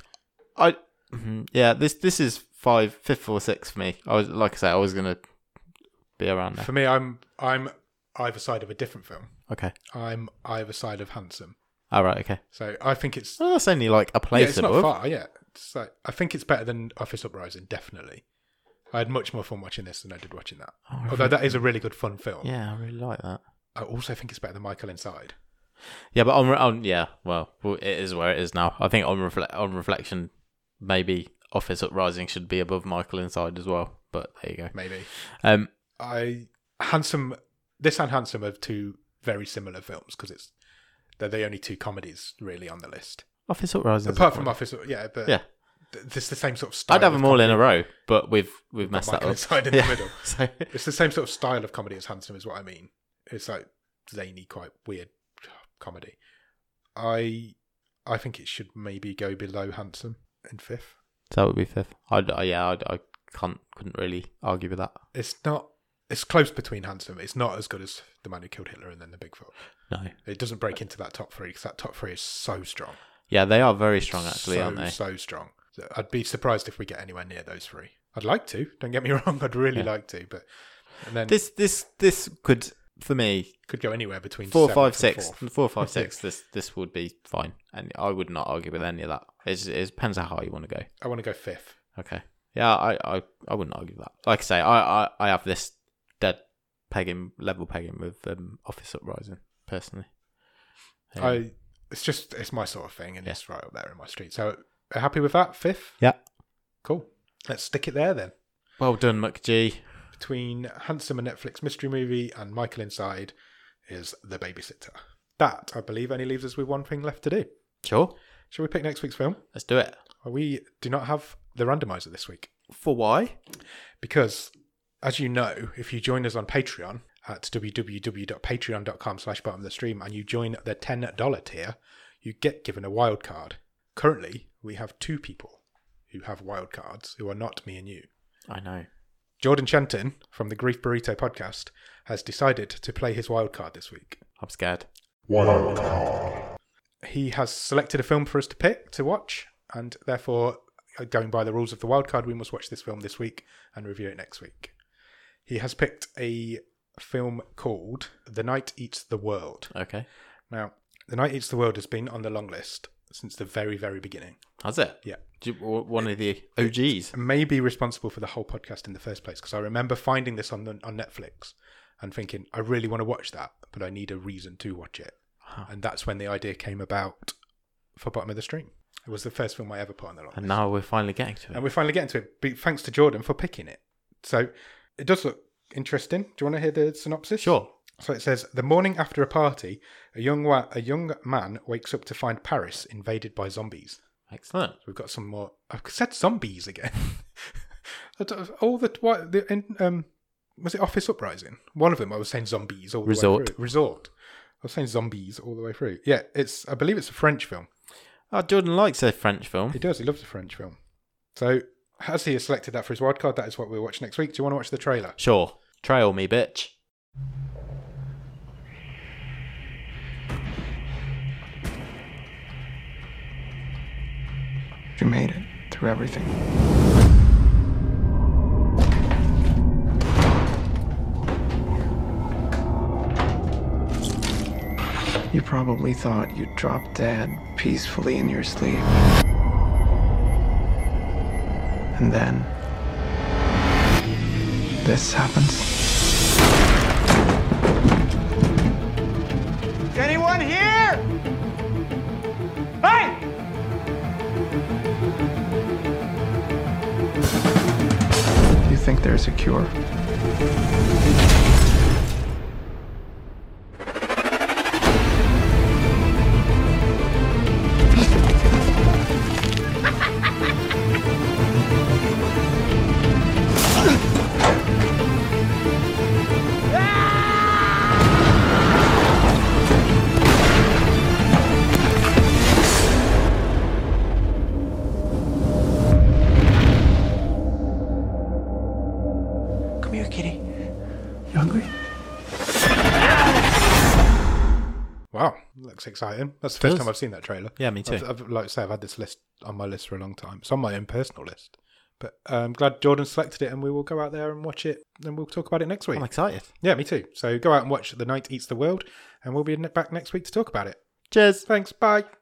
Speaker 2: I mhm. yeah. This this is five, fifth or sixth for me. I was like I said, I was gonna be around there.
Speaker 1: for me, I'm I'm either side of a different film.
Speaker 2: Okay.
Speaker 1: I'm either side of Handsome.
Speaker 2: All right. Okay.
Speaker 1: So I think it's
Speaker 2: Well, that's only like a
Speaker 1: Yeah,
Speaker 2: place
Speaker 1: it's
Speaker 2: above.
Speaker 1: not far. Yeah, it's like, I think it's better than Office Uprising. Definitely, I had much more fun watching this than I did watching that.
Speaker 2: Oh, I
Speaker 1: Although
Speaker 2: think-
Speaker 1: that is a really good fun film.
Speaker 2: yeah, I really like that.
Speaker 1: I also think it's better than Michael Inside.
Speaker 2: Yeah, but on, re- on yeah, well, well, it is where it is now. I think on refle- on reflection, maybe Office Uprising should be above Michael Inside as well. But there you go.
Speaker 1: Maybe
Speaker 2: Um,
Speaker 1: I handsome this and handsome are two very similar films because it's they're the only two comedies really on the list
Speaker 2: Office Uprising,
Speaker 1: apart from Office. Yeah, but
Speaker 2: Yeah.
Speaker 1: th- it's the same sort of style.
Speaker 2: I'd have
Speaker 1: of
Speaker 2: them all in
Speaker 1: comedy.
Speaker 2: a row, but we've we've messed
Speaker 1: Mike
Speaker 2: that
Speaker 1: on
Speaker 2: up.
Speaker 1: his side in the middle.
Speaker 2: So
Speaker 1: It's the same sort of style of comedy as Handsome, is what I mean. It's like zany, quite weird comedy. I I think it should maybe go below Handsome in fifth.
Speaker 2: that would be fifth. I'd, I yeah, I'd, I can't couldn't really argue with that.
Speaker 1: It's not. It's close between Handsome. It's not as good as The Man Who Killed Hitler and then The Bigfoot.
Speaker 2: No.
Speaker 1: It doesn't break into that top three because that top three is so strong.
Speaker 2: Yeah, they are very strong actually,
Speaker 1: so,
Speaker 2: aren't they?
Speaker 1: So strong. So I'd be surprised if we get anywhere near those three. I'd like to. Don't get me wrong. I'd really
Speaker 2: Yeah.
Speaker 1: like to, but and then
Speaker 2: This this this could for me
Speaker 1: could go anywhere between
Speaker 2: four
Speaker 1: seventh
Speaker 2: five
Speaker 1: and
Speaker 2: six
Speaker 1: fourth.
Speaker 2: four five six. This this would be fine, and I would not argue with any of that. It's, it depends how high you want to go.
Speaker 1: I want to go fifth.
Speaker 2: Okay. Yeah, I, I, I wouldn't argue with that. Like I say, I, I, I have this dead pegging level pegging with um, Office Uprising personally. Um,
Speaker 1: I it's just it's my sort of thing, and
Speaker 2: Yeah.
Speaker 1: it's right up there in my street. So uh, happy with that fifth.
Speaker 2: Yeah.
Speaker 1: Cool. Let's stick it there then.
Speaker 2: well done, McG.
Speaker 1: Between Handsome and Netflix mystery movie and Michael Inside is the babysitter. That I believe only leaves us with one thing left to do.
Speaker 2: Sure,
Speaker 1: Shall we pick next week's film?
Speaker 2: let's do it.
Speaker 1: We do not have the randomizer this week.
Speaker 2: For why?
Speaker 1: because as you know if you join us on patreon at www.patreon.com slash bottom of the stream and you join the $10 tier you get given a wild card currently we have two people who have wild cards who are not me and you
Speaker 2: I know.
Speaker 1: jordan shenton from the grief burrito podcast has decided to play his wild card this week
Speaker 2: I'm scared.
Speaker 1: he has selected a film for us to pick to watch and therefore uh, going by the rules of the wild card we must watch this film this week and review it next week he has picked a film called the night eats the world
Speaker 2: Okay.
Speaker 1: now the night eats the world has been on the long list since the very very beginning
Speaker 2: How's it?
Speaker 1: Yeah.
Speaker 2: Do you, w- one of the OGs.
Speaker 1: may be responsible for the whole podcast in the first place because i remember finding this on the, on netflix and thinking i really want to watch that but i need a reason to watch it
Speaker 2: Huh.
Speaker 1: and that's when the idea came about for bottom of the stream it was the first film i ever put on the long
Speaker 2: And now we're finally getting to
Speaker 1: and
Speaker 2: it.
Speaker 1: we're finally getting to it. But thanks to Jordan for picking it. So it does look interesting. Do you want to hear the synopsis?
Speaker 2: Sure.
Speaker 1: So it says the morning after a party, a young wa- a young man wakes up to find Paris invaded by zombies.
Speaker 2: Excellent.
Speaker 1: We've got some more. I said zombies again. I don't- all the what the in, um was it Office Uprising? One of them I was saying zombies all the way
Speaker 2: Resort.
Speaker 1: through. Resort. I was saying zombies all the way through. Yeah, it's I believe it's a French film.
Speaker 2: Oh, Jordan likes a French film.
Speaker 1: He does. He loves a French film. So, as he has selected that for his wild card, that is what we'll watch next week. Do you want to watch the trailer?
Speaker 2: Sure. Trail me, bitch.
Speaker 3: You made it through everything. You probably thought you'd drop dead peacefully in your sleep. And then. This happens.
Speaker 4: Is anyone here? Hey!
Speaker 3: You think there's a cure.
Speaker 4: Come here, kitty.
Speaker 3: You hungry?
Speaker 1: Wow, looks exciting. That's the first
Speaker 2: Does.
Speaker 1: time I've seen that trailer.
Speaker 2: Yeah, me too.
Speaker 1: I've, I've- like I say, I've had this list on my list for a long time. It's on my own personal list. But uh, I'm glad Jordan selected it, and we will go out there and watch it, and we'll talk about it next week.
Speaker 2: I'm excited.
Speaker 1: yeah, me too. So go out and watch The Night Eats the World, and we'll be ne- back next week to talk about it.
Speaker 2: Cheers.
Speaker 1: Thanks. Bye.